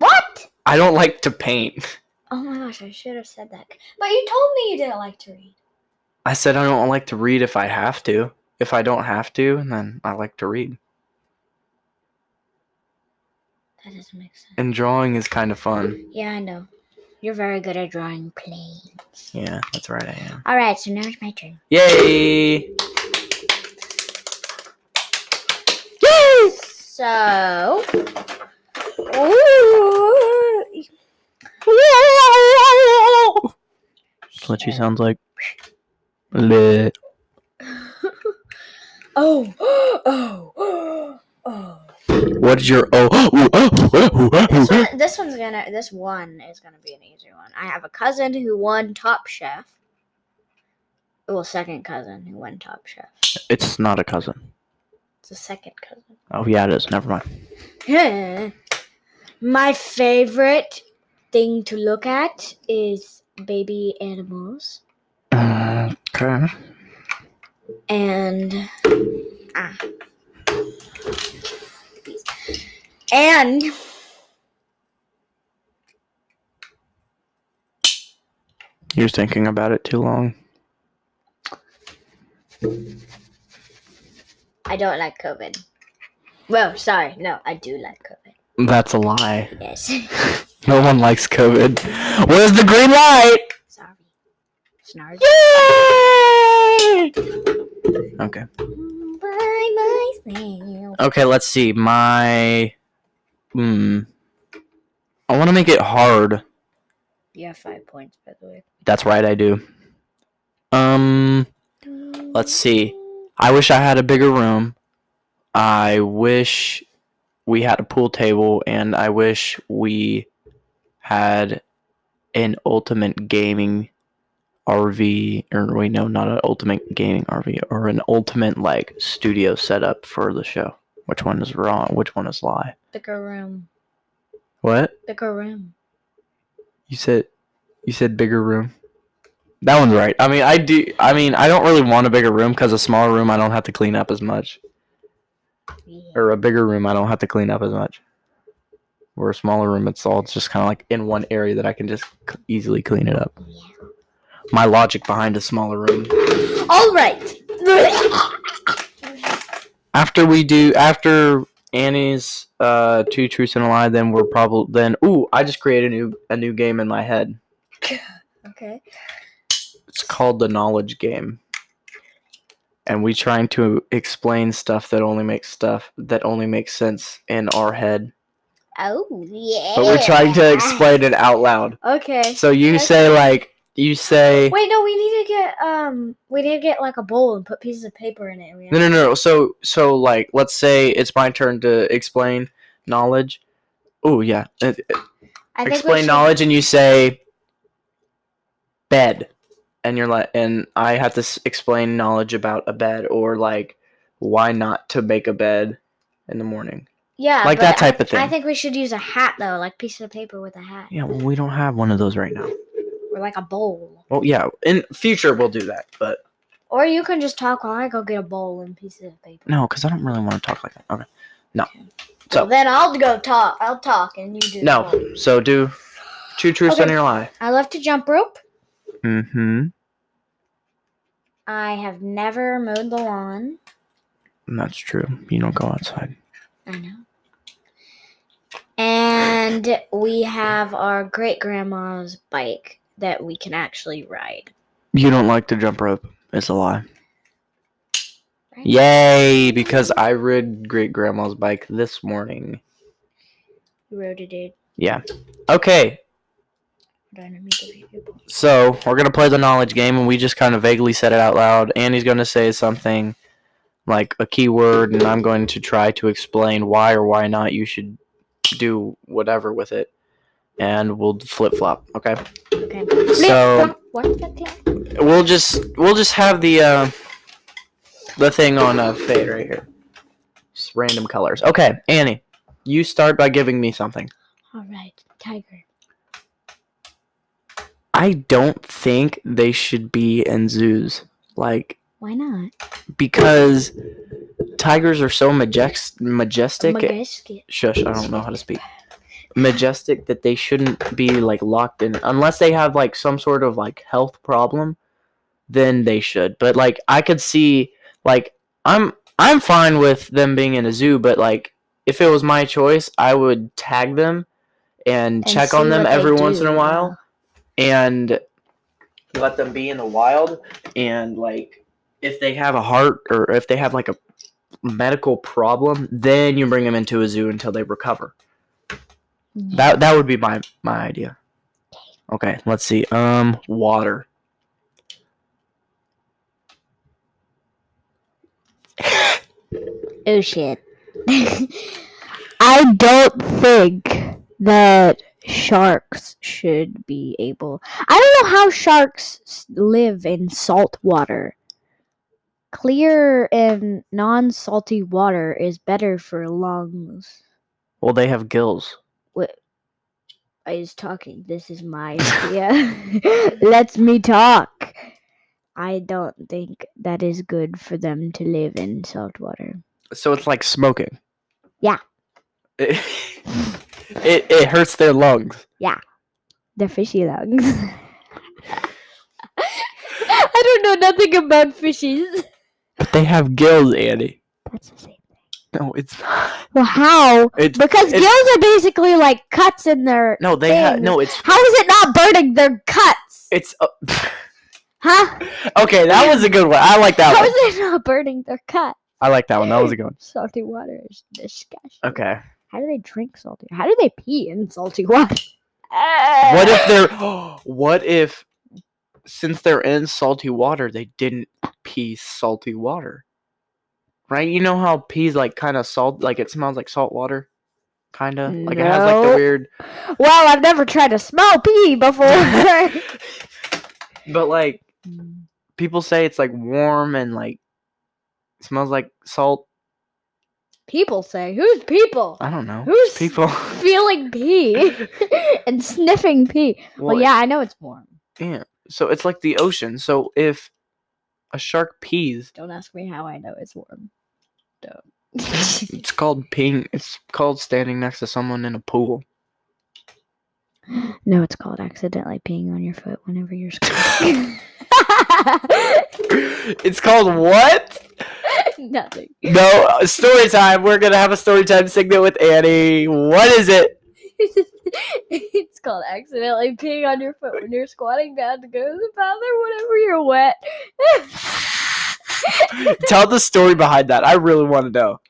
Speaker 2: What?
Speaker 1: I don't like to paint.
Speaker 2: Oh my gosh, I should have said that. But you told me you didn't like to read.
Speaker 1: I said I don't like to read if I have to. If I don't have to, then I like to read.
Speaker 2: That doesn't make sense.
Speaker 1: And drawing is kind of fun.
Speaker 2: Yeah, I know. You're very good at drawing planes.
Speaker 1: Yeah, that's right. I am.
Speaker 2: Alright, so now it's my turn.
Speaker 1: Yay! Yay!
Speaker 2: So.
Speaker 1: That's what she sounds like. Bleh.
Speaker 2: Oh, oh, oh, oh.
Speaker 1: What's your oh?
Speaker 2: This, one, this one's gonna. This one is gonna be an easy one. I have a cousin who won Top Chef. Well, second cousin who won Top Chef.
Speaker 1: It's not a cousin.
Speaker 2: It's a second cousin.
Speaker 1: Oh yeah, it is. Never mind.
Speaker 2: My favorite thing to look at is baby animals.
Speaker 1: Okay.
Speaker 2: And ah. And
Speaker 1: You're thinking about it too long.
Speaker 2: I don't like COVID. Well, sorry, no, I do like COVID.
Speaker 1: That's a lie.
Speaker 2: Yes.
Speaker 1: No one likes COVID. Where's the green light?
Speaker 2: sorry. Snarg.
Speaker 1: Yay! Okay.
Speaker 2: By myself.
Speaker 1: Okay, let's see. My. Hmm. I want to make it hard.
Speaker 2: You have five points, by the way.
Speaker 1: That's right, I do. Um. Let's see. I wish I had a bigger room. I wish we had a pool table, and I wish we had an ultimate gaming RV. Or wait, no, not an ultimate gaming RV, or an ultimate like studio setup for the show. Which one is wrong? Which one is lie?
Speaker 2: Bigger room.
Speaker 1: What
Speaker 2: Bigger room.
Speaker 1: you said? You said bigger room. That one's right. I mean, I do. I mean, I don't really want a bigger room because a smaller room I don't have to clean up as much.
Speaker 2: Yeah.
Speaker 1: or a bigger room, I don't have to clean up as much. Or a smaller room, it's all just kind of like in one area that I can just c- easily clean it up. My logic behind a smaller room.
Speaker 2: All right.
Speaker 1: After we do, after Annie's uh, two truths and a lie, then we're probably then. Ooh, I just created a new a new game in my head.
Speaker 2: okay.
Speaker 1: It's called the knowledge game. And we trying to explain stuff that only makes stuff that only makes sense in our head,
Speaker 2: Oh yeah.
Speaker 1: but we're trying to explain it out loud.
Speaker 2: Okay.
Speaker 1: So you say like you say
Speaker 2: Wait, no, we need to get um, we need to get like a bowl and put pieces of paper in it. and we
Speaker 1: no no no. So so like let's say it's my turn to explain knowledge. Oh yeah, Uh,
Speaker 2: I think we
Speaker 1: explain
Speaker 2: should-
Speaker 1: knowledge, and you say bed, and you're like, and I have to s- explain knowledge about a bed or like why not to make a bed in the morning,
Speaker 2: Yeah.
Speaker 1: like
Speaker 2: but
Speaker 1: that type of thing.
Speaker 2: I, I think we should use a hat though, like pieces of paper with a hat,
Speaker 1: yeah, well, we don't have one of those right now.
Speaker 2: or like a bowl.
Speaker 1: Well, yeah, in future we'll do that, but
Speaker 2: Or you can just talk while I go get a bowl and pieces of paper.
Speaker 1: no, because I don't really want to talk like that. Okay.
Speaker 2: So
Speaker 1: So-
Speaker 2: then I'll go talk. I'll talk, and you do. the bowl.
Speaker 1: No. So do two truths
Speaker 2: Okay.
Speaker 1: and your lie.
Speaker 2: I love to jump rope.
Speaker 1: Mm-hmm.
Speaker 2: I have never mowed the lawn.
Speaker 1: That's true. You don't go outside.
Speaker 2: I know. And we have our great grandma's bike that we can actually ride.
Speaker 1: You don't like to jump rope. It's a lie.
Speaker 2: Right?
Speaker 1: Yay! Because I rode great grandma's bike this morning.
Speaker 2: You rode it, dude.
Speaker 1: Yeah. Okay. So we're gonna play the knowledge game, and we just kind of vaguely said it out loud. Annie's gonna say something like a keyword, and I'm going to try to explain why or why not you should do whatever with it, and we'll flip flop. Okay.
Speaker 2: Okay.
Speaker 1: So
Speaker 2: What is that thing?
Speaker 1: we'll just we'll just have the uh, the thing on uh, fade right here. Just random colors. Okay, Annie, you start by giving me something.
Speaker 2: All right, tiger.
Speaker 1: I don't think they should be in zoos. Like
Speaker 2: Why not?
Speaker 1: because tigers are so majest- majestic.
Speaker 2: Magiscus.
Speaker 1: Shush, I don't know how to speak. Majestic that they shouldn't be like locked in unless they have like some sort of like health problem, then they should. But like I could see like I'm I'm fine with them being in a zoo, but like if it was my choice, I would tag them and,
Speaker 2: And
Speaker 1: check
Speaker 2: see
Speaker 1: on them
Speaker 2: what they
Speaker 1: every once in a
Speaker 2: do.
Speaker 1: while and let them be in the wild and like if they have a heart or if they have like a medical problem then you bring them into a zoo until they recover that that would be my my idea okay let's see um water
Speaker 2: Oh shit. I don't think that sharks should be able. I don't know how sharks s- live in salt water. Clear and non salty water is better for lungs.
Speaker 1: well they have gills
Speaker 2: I was talking. This is my idea. Let's me talk. I don't think that is good for them to live in salt water.
Speaker 1: so it's like smoking
Speaker 2: Yeah.
Speaker 1: it, it, it hurts their lungs
Speaker 2: They're fishy lungs. I don't know nothing about fishes.
Speaker 1: but they have gills annie
Speaker 2: That's the same.
Speaker 1: no it's not
Speaker 2: Well, how?
Speaker 1: it's
Speaker 2: Because
Speaker 1: it's-
Speaker 2: gills are basically like cuts in their.
Speaker 1: no they have
Speaker 2: thing.
Speaker 1: no it's
Speaker 2: How is it not burning their cuts?
Speaker 1: it's uh,
Speaker 2: Huh?
Speaker 1: Okay, that was a good one. I like that
Speaker 2: How
Speaker 1: one.
Speaker 2: is it not burning their cuts?
Speaker 1: I like that one. That was a good one.
Speaker 2: Salty water is disgusting.
Speaker 1: Okay.
Speaker 2: How do they drink salty? How do they pee in salty water?
Speaker 1: What if they're what if since they're in salty water, they didn't pee salty water? Right? You know how pee's like kind of salt like it smells like salt water? Kinda. Like it has like the
Speaker 2: No.
Speaker 1: weird
Speaker 2: Well, I've never tried to smell pee before.
Speaker 1: But like people say it's like warm and like smells like salt.
Speaker 2: people say, "Who's people?
Speaker 1: I don't know.
Speaker 2: Who's
Speaker 1: People
Speaker 2: feeling pee and sniffing pee?" Well,
Speaker 1: Well,
Speaker 2: yeah, I know it's warm.
Speaker 1: yeah. So it's like the ocean. So if a shark pees
Speaker 2: Don't ask me how I know it's warm. Don't.
Speaker 1: It's called peeing. It's called standing next to someone in a pool.
Speaker 2: no, it's called accidentally peeing on your foot whenever you're squatting.
Speaker 1: it's called what?
Speaker 2: Nothing.
Speaker 1: No, uh, story time. We're gonna have a story time segment with Annie. What is it?
Speaker 2: it's called accidentally peeing on your foot when you're squatting down to go to the bathroom whenever you're wet.
Speaker 1: Tell the story behind that. I really want to know.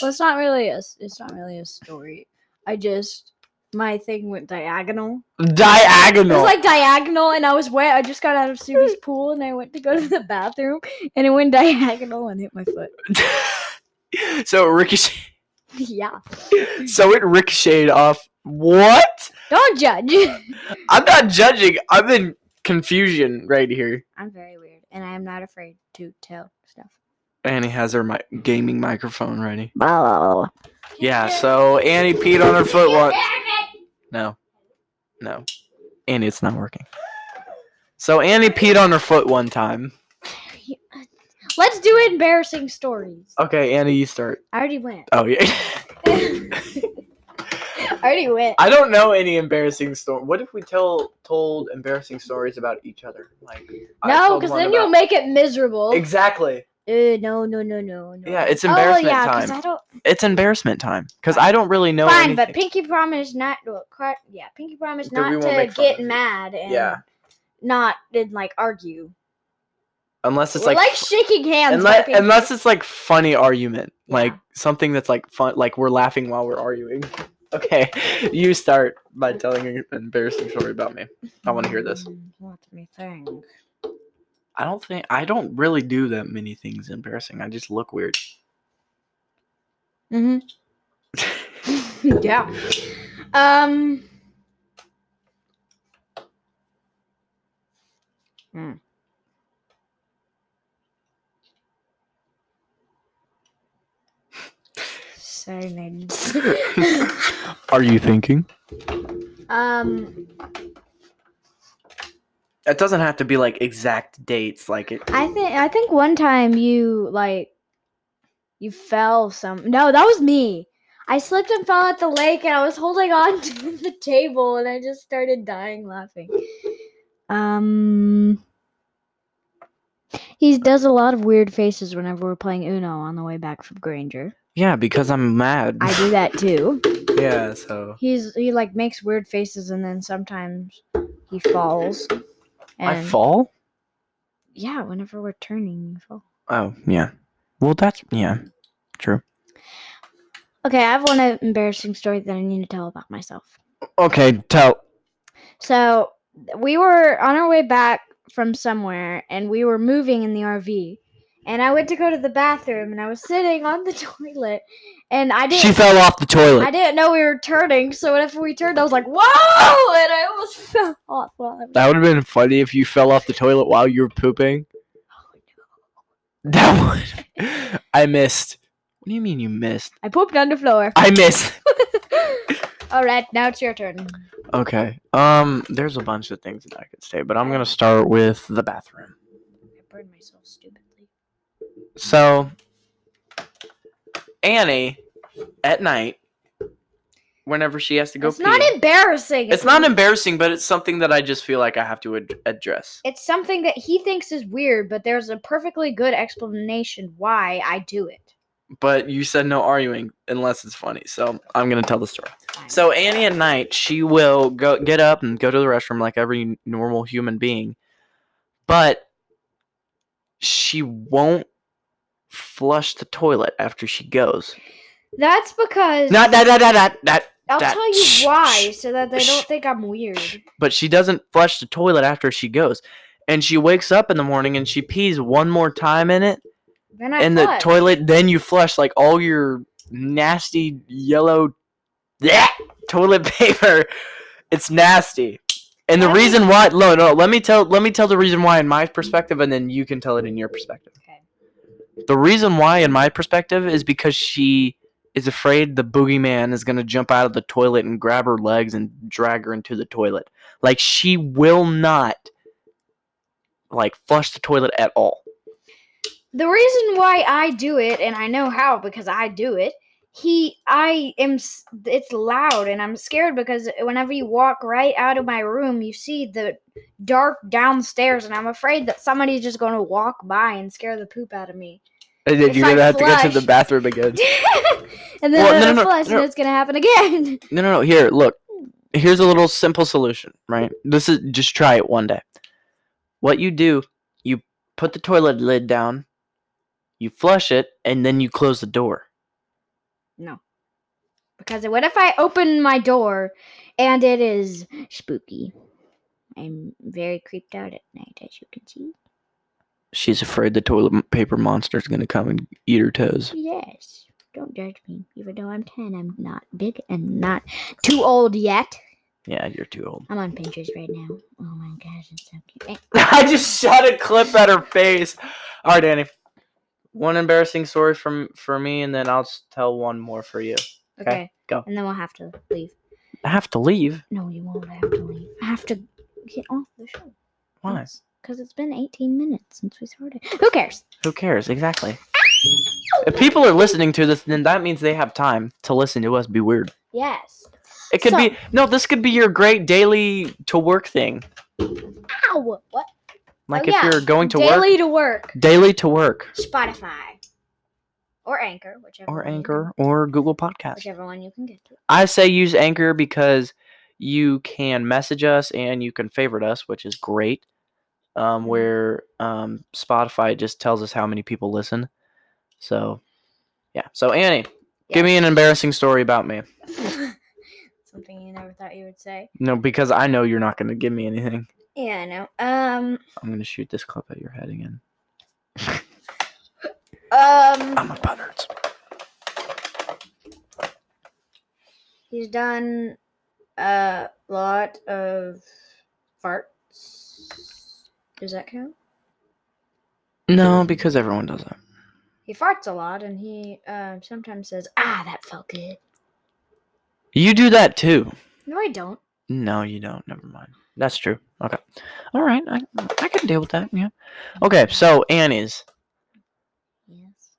Speaker 2: well, it's not really a s- it's not really a story. I just my thing went diagonal. It
Speaker 1: Diagonal.
Speaker 2: was like diagonal, and I was wet. I just got out of Subi's pool, and I went to go to the bathroom, and it went diagonal and hit my foot.
Speaker 1: so it ricochet.
Speaker 2: yeah,
Speaker 1: So it ricocheted off. What?
Speaker 2: don't judge.
Speaker 1: I'm not judging. I'm in confusion right here.
Speaker 2: I'm very weird, and I am not afraid to tell stuff.
Speaker 1: Annie has her mi- gaming microphone ready.
Speaker 2: Blah blah blah. blah.
Speaker 1: Yeah. So Annie peed on her foot once. No. No. Annie, it's not working. So Annie peed on her foot one time.
Speaker 2: Let's do embarrassing stories.
Speaker 1: Okay, Annie, you start.
Speaker 2: I already went.
Speaker 1: Oh yeah.
Speaker 2: I already went.
Speaker 1: I don't know any embarrassing story. What if we tell told embarrassing stories about each other? Like I
Speaker 2: no,
Speaker 1: told
Speaker 2: because
Speaker 1: one
Speaker 2: then you'll
Speaker 1: about-
Speaker 2: make it miserable.
Speaker 1: Exactly.
Speaker 2: Uh, no, no, no, no, no.
Speaker 1: Yeah, it's embarrassment
Speaker 2: oh, yeah, 'cause
Speaker 1: time.
Speaker 2: I don't.
Speaker 1: It's embarrassment time because I don't really know.
Speaker 2: fine, but
Speaker 1: anything.
Speaker 2: Pinky promised not. Well, cri- yeah, Pinky promised
Speaker 1: Then we
Speaker 2: not
Speaker 1: won't
Speaker 2: to
Speaker 1: make fun
Speaker 2: get
Speaker 1: of you.
Speaker 2: mad and
Speaker 1: Yeah.
Speaker 2: not and like argue.
Speaker 1: unless it's
Speaker 2: like,
Speaker 1: like,
Speaker 2: shaking hands.
Speaker 1: unless,
Speaker 2: by Pinky.
Speaker 1: unless it's like funny argument,
Speaker 2: Yeah.
Speaker 1: like something that's like fun, like we're laughing while we're arguing. Okay, you start by telling an embarrassing story about me. I want to hear this.
Speaker 2: Mm, Let me think.
Speaker 1: I don't think I don't really do that many things embarrassing. I just look weird.
Speaker 2: Mm-hmm. yeah. Um. Hmm. So names.
Speaker 1: Are you thinking?
Speaker 2: um,
Speaker 1: It doesn't have to be like exact dates. Like it.
Speaker 2: I think I think one time you like you fell some. No, that was me. I slipped and fell at the lake, and I was holding on to the table, and I just started dying laughing. Um, he does a lot of weird faces whenever we're playing Uno on the way back from Granger.
Speaker 1: Yeah, because I'm mad.
Speaker 2: I do that too.
Speaker 1: yeah. So
Speaker 2: He's he like makes weird faces, and then sometimes he falls.
Speaker 1: I fall.
Speaker 2: Yeah, whenever we're turning, you fall.
Speaker 1: Oh yeah. Well, that's yeah. True.
Speaker 2: Okay, I have one uh, embarrassing story that I need to tell about myself.
Speaker 1: Okay. Tell.
Speaker 2: So we were on our way back from somewhere, and we were moving in the RV. And I went to go to the bathroom, and I was sitting on the toilet, and I didn't.
Speaker 1: She fell off the toilet.
Speaker 2: I didn't know we were turning, so whenever we turned, I was like, "Whoa!" and I almost fell off. While I was-
Speaker 1: That would have been funny if you fell off the toilet while you were pooping.
Speaker 2: Oh,
Speaker 1: That would. I missed. What do you mean you missed?
Speaker 2: I pooped on the floor.
Speaker 1: I missed.
Speaker 2: All right, now it's your turn.
Speaker 1: Okay. Um. There's a bunch of things that I could say, but I'm gonna start with the bathroom.
Speaker 2: I burned myself stupidly.
Speaker 1: So, Annie, at night, whenever she has to go
Speaker 2: It's
Speaker 1: pee,
Speaker 2: not embarrassing.
Speaker 1: it's not embarrassing, but it's something that I just feel like I have to ad- address.
Speaker 2: It's something that he thinks is weird, but there's a perfectly good explanation why I do it.
Speaker 1: But you said no arguing unless it's funny, so I'm gonna tell the story. So Annie at night, she will go get up and go to the restroom like every normal human being, but she won't flush the toilet after she goes.
Speaker 2: that's because
Speaker 1: Not that that that that that.
Speaker 2: I'll
Speaker 1: that-
Speaker 2: tell you
Speaker 1: shh,
Speaker 2: why,
Speaker 1: shh,
Speaker 2: so that they
Speaker 1: shh,
Speaker 2: don't think I'm weird.
Speaker 1: But she doesn't flush the toilet after she goes, and she wakes up in the morning and she pees one more time in it,
Speaker 2: Then I
Speaker 1: in the
Speaker 2: flush.
Speaker 1: toilet. Then you flush like all your nasty yellow yeah, toilet paper. It's nasty. And the
Speaker 2: Why do you-
Speaker 1: reason why no no let me tell let me tell the reason why in my perspective and then you can tell it in your perspective.
Speaker 2: Okay.
Speaker 1: The reason why in my perspective is because she is afraid the boogeyman is going to jump out of the toilet and grab her legs and drag her into the toilet. Like she will not like flush the toilet at all.
Speaker 2: The reason why I do it, and I know how because I do it. He, I am. s- It's loud, and I'm scared because whenever you walk right out of my room, you see the dark downstairs, and I'm afraid that somebody's just going to walk by and scare the poop out of me.
Speaker 1: And then
Speaker 2: If
Speaker 1: you're
Speaker 2: I
Speaker 1: going to have to go to
Speaker 2: flush-
Speaker 1: the bathroom again.
Speaker 2: and then
Speaker 1: Well, no,
Speaker 2: another
Speaker 1: no, no,
Speaker 2: flush,
Speaker 1: no.
Speaker 2: and it's gonna happen again.
Speaker 1: No, no, no. Here, look. Here's a little simple solution, right? This is just try it one day. What you do, you put the toilet lid down, you flush it, and then you close the door.
Speaker 2: No, because what if I open my door and it is spooky? I'm very creeped out at night, as you can see.
Speaker 1: She's afraid the toilet m- paper monster's gonna come and eat her toes.
Speaker 2: Yes, don't judge me. Even though I'm ten, I'm not big and not too old yet.
Speaker 1: Yeah, you're too old.
Speaker 2: I'm on Pinterest right now. Oh my gosh, it's so cute. Eh,
Speaker 1: I just shot a clip at her face. All right, Annie. One embarrassing story from for me, and then I'll s- tell one more for you. Okay,
Speaker 2: Okay,
Speaker 1: go.
Speaker 2: And then we'll have to leave.
Speaker 1: I have to leave.
Speaker 2: No, you won't have to leave. I have to get off the show.
Speaker 1: Why?
Speaker 2: Because it's been 18 minutes since we started. Who cares?
Speaker 1: Who cares? Exactly. If people are listening to this, then that means they have time to listen to us be weird.
Speaker 2: Yes.
Speaker 1: It could
Speaker 2: So-
Speaker 1: be no. This could be your great daily to work thing.
Speaker 2: Ow! What?
Speaker 1: Like
Speaker 2: Oh,
Speaker 1: if
Speaker 2: yeah.
Speaker 1: you're going to
Speaker 2: Daily
Speaker 1: work
Speaker 2: to work.
Speaker 1: daily to work
Speaker 2: Spotify. Or Anchor, whichever.
Speaker 1: or
Speaker 2: one you
Speaker 1: Anchor or Google
Speaker 2: can-
Speaker 1: Podcasts.
Speaker 2: Whichever one you can get to.
Speaker 1: I say use Anchor because you can message us and you can favorite us, which is great. Um,
Speaker 2: Mhm.
Speaker 1: where um, Spotify just tells us how many people listen. So yeah. So Annie, give me an embarrassing story about me.
Speaker 2: Yes. something you never thought you would say.
Speaker 1: No, because I know you're not going to give me anything.
Speaker 2: Yeah, I know. Um,
Speaker 1: I'm going to shoot this clip at your head again.
Speaker 2: um,
Speaker 1: I'm a butters.
Speaker 2: he's done a lot of farts. Does that count?
Speaker 1: No, because everyone does that.
Speaker 2: He farts a lot, and he um sometimes says, "Ah, that felt good."
Speaker 1: You do that too.
Speaker 2: No, I don't.
Speaker 1: No, you don't. Never mind. That's true. Okay. All right. I, I can deal with that. Yeah. Okay. So Annie's.
Speaker 2: Yes.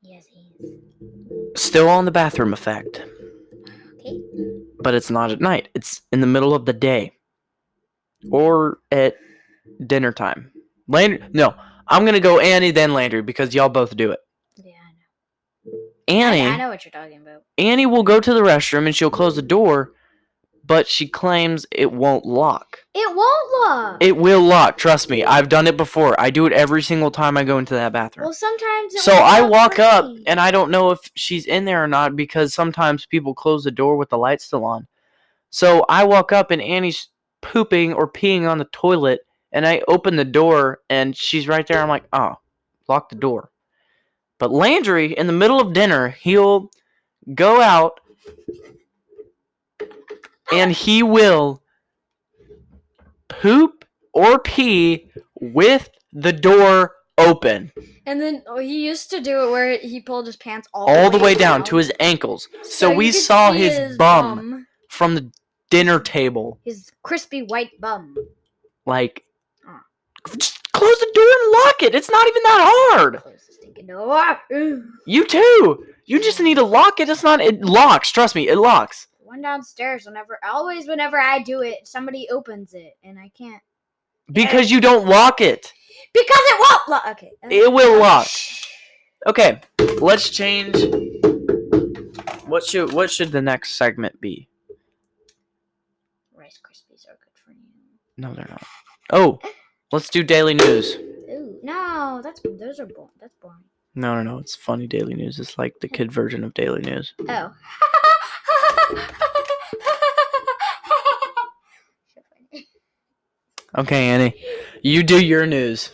Speaker 2: Yes, he is.
Speaker 1: Still on the bathroom effect,
Speaker 2: Okay.
Speaker 1: but it's not at night. It's in the middle of the day or at dinner time. Landry. No, I'm going to go Annie, then Landry because y'all both do it.
Speaker 2: Yeah, I know.
Speaker 1: Annie.
Speaker 2: I, I know what you're talking about.
Speaker 1: Annie will go to the restroom and she'll close the door, but she claims it won't lock.
Speaker 2: It won't lock.
Speaker 1: It will lock, trust me. I've done it before. I do it every single time I go into that bathroom.
Speaker 2: well, sometimes. It
Speaker 1: so
Speaker 2: won't
Speaker 1: I
Speaker 2: lock
Speaker 1: walk up
Speaker 2: right.
Speaker 1: and I don't know if she's in there or not because sometimes people close the door with the light still on. So I walk up and Annie's pooping or peeing on the toilet and I open the door and she's right there. I'm like, oh, lock the door. But Landry, in the middle of dinner, he'll go out and he will poop or pee with the door open
Speaker 2: And then oh, he used to do it where he pulled his pants all,
Speaker 1: all the way down to his ankles. So we
Speaker 2: you could
Speaker 1: saw
Speaker 2: see um,
Speaker 1: his, um, bum, from the dinner table.
Speaker 2: his crispy white bum.
Speaker 1: Like,
Speaker 2: Ah.
Speaker 1: just close the door and lock it. It's not even that hard.
Speaker 2: Close the stinking door. Ah, ooh.
Speaker 1: You too. You just need to lock it. It's not. It locks. Trust me, it locks.
Speaker 2: One downstairs. Whenever, always, whenever I do it, somebody opens it, and I can't
Speaker 1: Because you don't lock it.
Speaker 2: because it won't lock. Okay, uh,
Speaker 1: It will lock.
Speaker 2: shh.
Speaker 1: Okay, let's change. What should what should the next segment be?
Speaker 2: Rice Krispies are good for you.
Speaker 1: No, they're not. Oh, let's do daily news.
Speaker 2: Ooh, no, that's those are boring. That's boring.
Speaker 1: No, no, no. It's funny daily news. It's like the kid version of daily news.
Speaker 2: Oh.
Speaker 1: Okay, Annie, you do your news.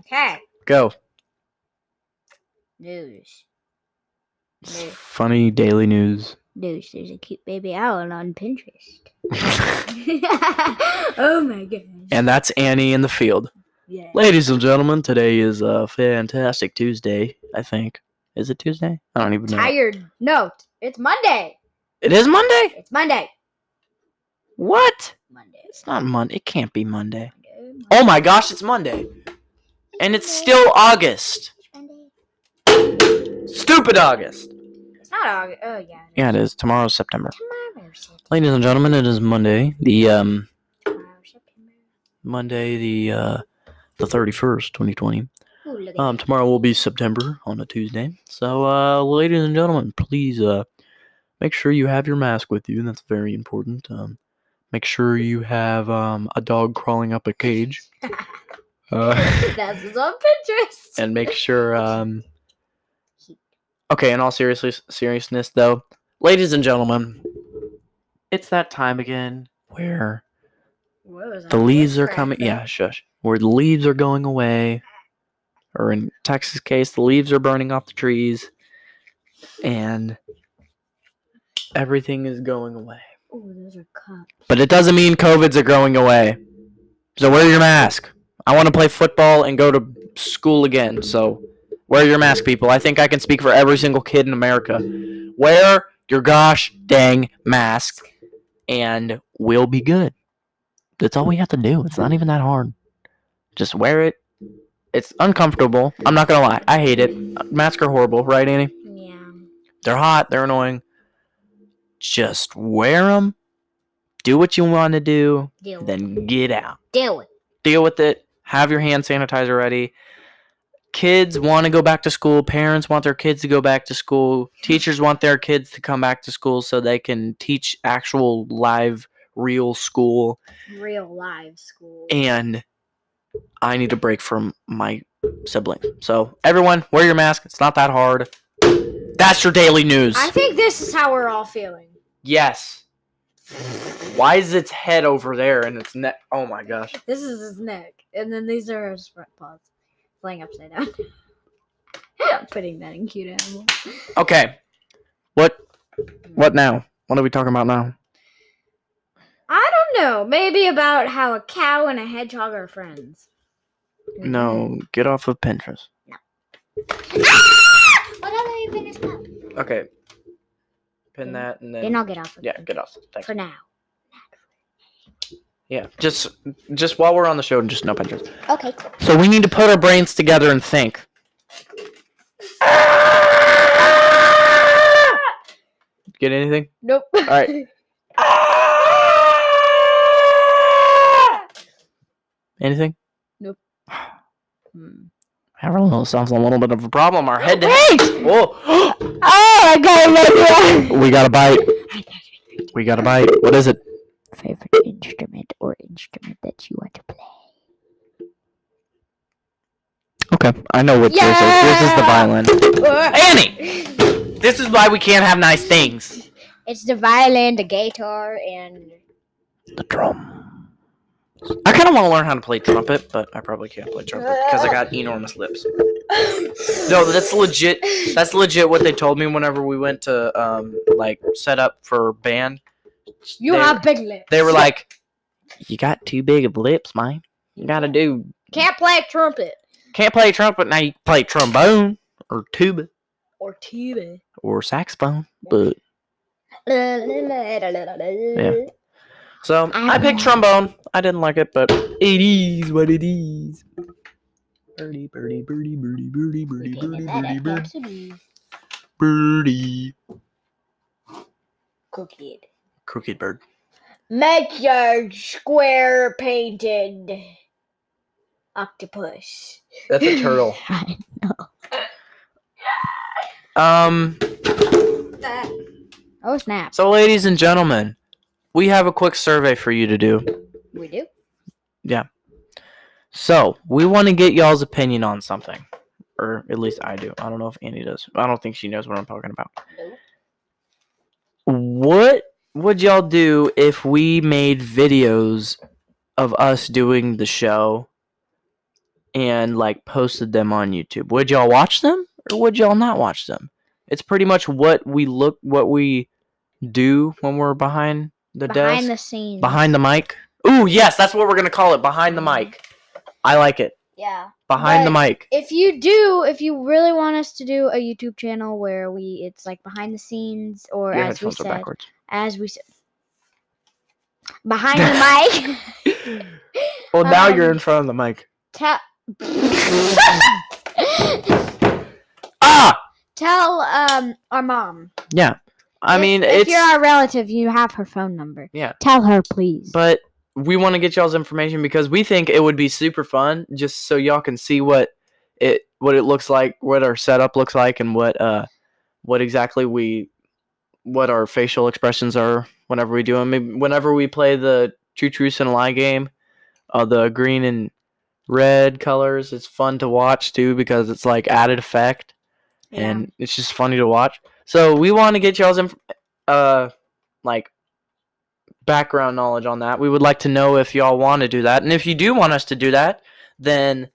Speaker 2: okay.
Speaker 1: Go.
Speaker 2: News.
Speaker 1: It's
Speaker 2: News.
Speaker 1: Funny daily news.
Speaker 2: News. There's a cute baby owl on Pinterest. oh my gosh.
Speaker 1: and that's Annie in the field.
Speaker 2: yeah.
Speaker 1: Ladies and gentlemen, today is a fantastic Tuesday. I think is it Tuesday? I don't even know.
Speaker 2: Tired. No, t- it's Monday.
Speaker 1: It is Monday.
Speaker 2: It's Monday.
Speaker 1: What?
Speaker 2: Monday.
Speaker 1: It's not Monday. It can't be Monday.
Speaker 2: Monday.
Speaker 1: Oh my gosh, it's Monday. And it's still August.
Speaker 2: Monday.
Speaker 1: Stupid August.
Speaker 2: It's not August. Oh yeah. it
Speaker 1: Yeah,
Speaker 2: is.
Speaker 1: it is. Tomorrow's September.
Speaker 2: Tomorrow's September.
Speaker 1: Ladies and gentlemen, it is Monday. The um
Speaker 2: Tomorrow's September.
Speaker 1: Monday the uh the 31st, 2020.
Speaker 2: Ooh, look at
Speaker 1: Um
Speaker 2: that.
Speaker 1: tomorrow will be September on a Tuesday. So uh ladies and gentlemen, please uh make sure you have your mask with you. That's very important. Um make sure you have um a dog crawling up a cage. Uh,
Speaker 2: That's what's on Pinterest.
Speaker 1: and make sure um
Speaker 2: Cute.
Speaker 1: Okay, in all seriousness, seriousness though, ladies and gentlemen, it's that time again where
Speaker 2: What was
Speaker 1: the
Speaker 2: that?
Speaker 1: leaves are
Speaker 2: Crap,
Speaker 1: coming.
Speaker 2: crap.
Speaker 1: Yeah, shush. Where the leaves are going away, or in Texas case, the leaves are burning off the trees, and everything is going away.
Speaker 2: Ooh, those are cups.
Speaker 1: But it doesn't mean COVIDs are going away. So wear your mask. I want to play football and go to school again. So wear your mask, people. I think I can speak for every single kid in America. Wear your gosh dang mask, and we'll be good. That's all we have to do. It's not even that hard. Just wear it. It's uncomfortable. I'm not going to lie. I hate it. Masks are horrible, right, Annie?
Speaker 2: Yeah.
Speaker 1: They're hot. They're annoying. Just wear them. Do what you want to do.
Speaker 2: Deal. with it.
Speaker 1: Then get out.
Speaker 2: Deal with. it.
Speaker 1: Deal with it. Have your hand sanitizer ready. Kids want to go back to school. Parents want their kids to go back to school. Teachers want their kids to come back to school so they can teach actual live, real school.
Speaker 2: Real live school.
Speaker 1: And I need a break from my sibling. So, everyone, wear your mask. It's not that hard. That's your daily news.
Speaker 2: I think this is how we're all feeling.
Speaker 1: Yes. Why is its head over there and its neck? Oh my gosh.
Speaker 2: This is his neck, and then these are his front paws, laying upside down. I'm putting that in cute animal.
Speaker 1: Okay. What? What now? What are we talking about now?
Speaker 2: I don't know. Maybe about how a cow and a hedgehog are friends.
Speaker 1: No, get off of Pinterest.
Speaker 2: What other finish up?
Speaker 1: Okay. Pin that and then.
Speaker 2: Then I'll Mm. get off. Of
Speaker 1: yeah,
Speaker 2: it
Speaker 1: get off. Thanks.
Speaker 2: For now.
Speaker 1: Yeah, just just while we're on the show, just no Pinterest.
Speaker 2: Okay. Cool.
Speaker 1: So we need to put our brains together and think. Get anything?
Speaker 2: Nope. All
Speaker 1: right. Ah! Anything?
Speaker 2: Hmm.
Speaker 1: Everyone sounds a little bit of a problem. Our head to
Speaker 2: Wait!
Speaker 1: Whoa!
Speaker 2: Oh, I got an idea.
Speaker 1: we got a bite. We got a bite. What is it?
Speaker 2: Favorite instrument or instrument that you want to play?
Speaker 1: Okay, I know what this is. This is the violin. Annie, this is why we can't have nice things.
Speaker 2: It's the violin, the guitar, and
Speaker 1: The drum. I kind of want to learn how to play trumpet, but I probably can't play trumpet because I got enormous lips. No, that's legit. That's legit what they told me whenever we went to um like set up for band.
Speaker 2: you
Speaker 1: they-
Speaker 2: have big lips.
Speaker 1: They were like, "You got too big of lips, man. You gotta do.
Speaker 2: can't play trumpet
Speaker 1: Can't play trumpet now. You can play trombone or tuba
Speaker 2: or tuba.
Speaker 1: or saxophone." But
Speaker 2: Yeah.
Speaker 1: so I,
Speaker 2: I
Speaker 1: picked trombone. I didn't like it, but it is what it is. Birdie, birdie, birdie, birdie, birdie, birdie, birdie, birdie, birdie, birdie.
Speaker 2: Crooked.
Speaker 1: Crooked bird.
Speaker 2: Make your square painted octopus.
Speaker 1: That's a turtle. Um.
Speaker 2: oh snap!
Speaker 1: So, ladies and gentlemen, we have a quick survey for you to do.
Speaker 2: We do.
Speaker 1: So, we want to get y'all's opinion on something. Or at least I do. I don't know if Annie does. I don't think she knows what I'm talking about.
Speaker 2: Nope.
Speaker 1: What would y'all do if we made videos of us doing the show and like posted them on YouTube? Would y'all watch them or would y'all not watch them? It's pretty much what we look what we do when we're behind the desk.
Speaker 2: Behind the scenes.
Speaker 1: Behind the mic. Ooh, yes, that's what we're gonna call it. Behind the mic. I like it.
Speaker 2: Yeah.
Speaker 1: Behind the mic.
Speaker 2: If you do, if you really want us to do a YouTube channel where we, it's like behind the scenes, or
Speaker 1: Your
Speaker 2: as we
Speaker 1: headphones are
Speaker 2: said,
Speaker 1: backwards.
Speaker 2: as we said, behind the mic.
Speaker 1: well, now you're
Speaker 2: Um,
Speaker 1: in front of the mic.
Speaker 2: Tell.
Speaker 1: Ah,
Speaker 2: Tell um our mom.
Speaker 1: yeah. I
Speaker 2: If-
Speaker 1: mean,
Speaker 2: if
Speaker 1: it's
Speaker 2: you're our relative, you have her phone number.
Speaker 1: Yeah.
Speaker 2: Tell her, please.
Speaker 1: but we want to get y'all's information because we think it would be super fun just so y'all can see what it what it looks like, what our setup looks like, and what uh what exactly we what our facial expressions are whenever we do them. Maybe Whenever we play the True Truce and a Lie game, uh, the green and red colors, it's fun to watch too because it's like added effect
Speaker 2: Yeah.
Speaker 1: and it's just funny to watch. So we want to get y'all's inf- uh like background knowledge on that. We would like to know if y'all want to do that, and if you do want us to do that, then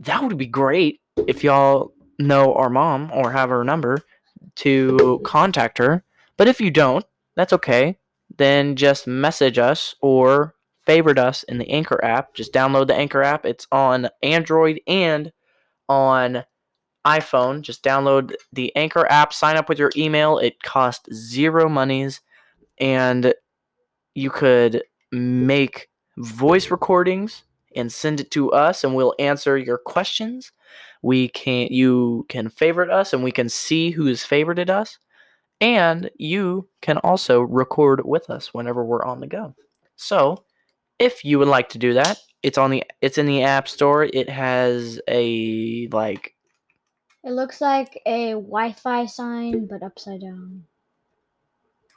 Speaker 1: that would be great. If y'all know our mom or have her number to contact her, but if you don't, that's okay. Then just message us or favorite us in the Anchor app. Just download the Anchor app. It's on Android and on iPhone, just download the Anchor app, sign up with your email. It costs zero monies, and you could make voice recordings and send it to us, and we'll answer your questions. We can you can favorite us, and we can see who has favorited us, and you can also record with us whenever we're on the go. So, if you would like to do that, it's on the it's in the App Store. It has a like
Speaker 2: it looks like a Wi-Fi sign, but upside down.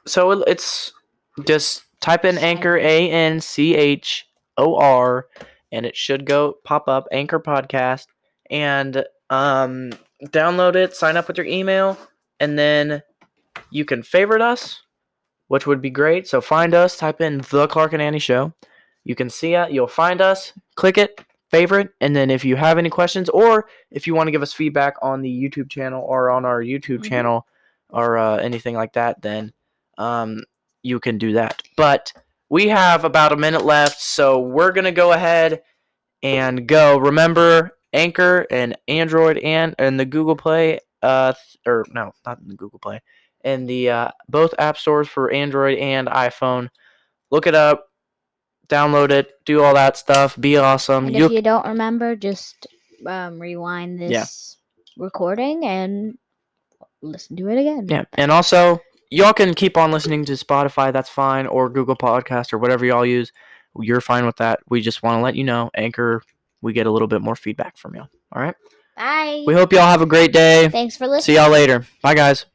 Speaker 1: So it- it's just type in
Speaker 2: Psych.
Speaker 1: Anchor A N C H O R, and it should go pop up Anchor Podcast, and um, download it. Sign up with your email, and then you can favorite us, which would be great. So find us, type in The Clark and Annie Show. You can see it, you'll find us, click it, favorite, and then if you have any questions or if you want to give us feedback on the YouTube channel or on our YouTube
Speaker 2: Mhm.
Speaker 1: channel or uh, anything like that, then um, you can do that. But we have about a minute left, so we're going to go ahead and go. Remember, Anchor and Android and and the Google Play, uh, th- or no, not in the Google Play, in the uh, both app stores for Android and iPhone. Look it up, download it, do all that stuff. Be awesome.
Speaker 2: And
Speaker 1: You,
Speaker 2: if you don't remember, just um, rewind this
Speaker 1: Yeah.
Speaker 2: recording and listen to it again.
Speaker 1: yeah, and also y'all can keep on listening to Spotify. That's fine, or Google Podcast or whatever y'all use. You're fine with that. We just want to let you know, Anchor. We get a little bit more feedback from y'all. All right.
Speaker 2: Bye.
Speaker 1: We hope y'all have a great day.
Speaker 2: Thanks for listening.
Speaker 1: See y'all later. Bye, guys.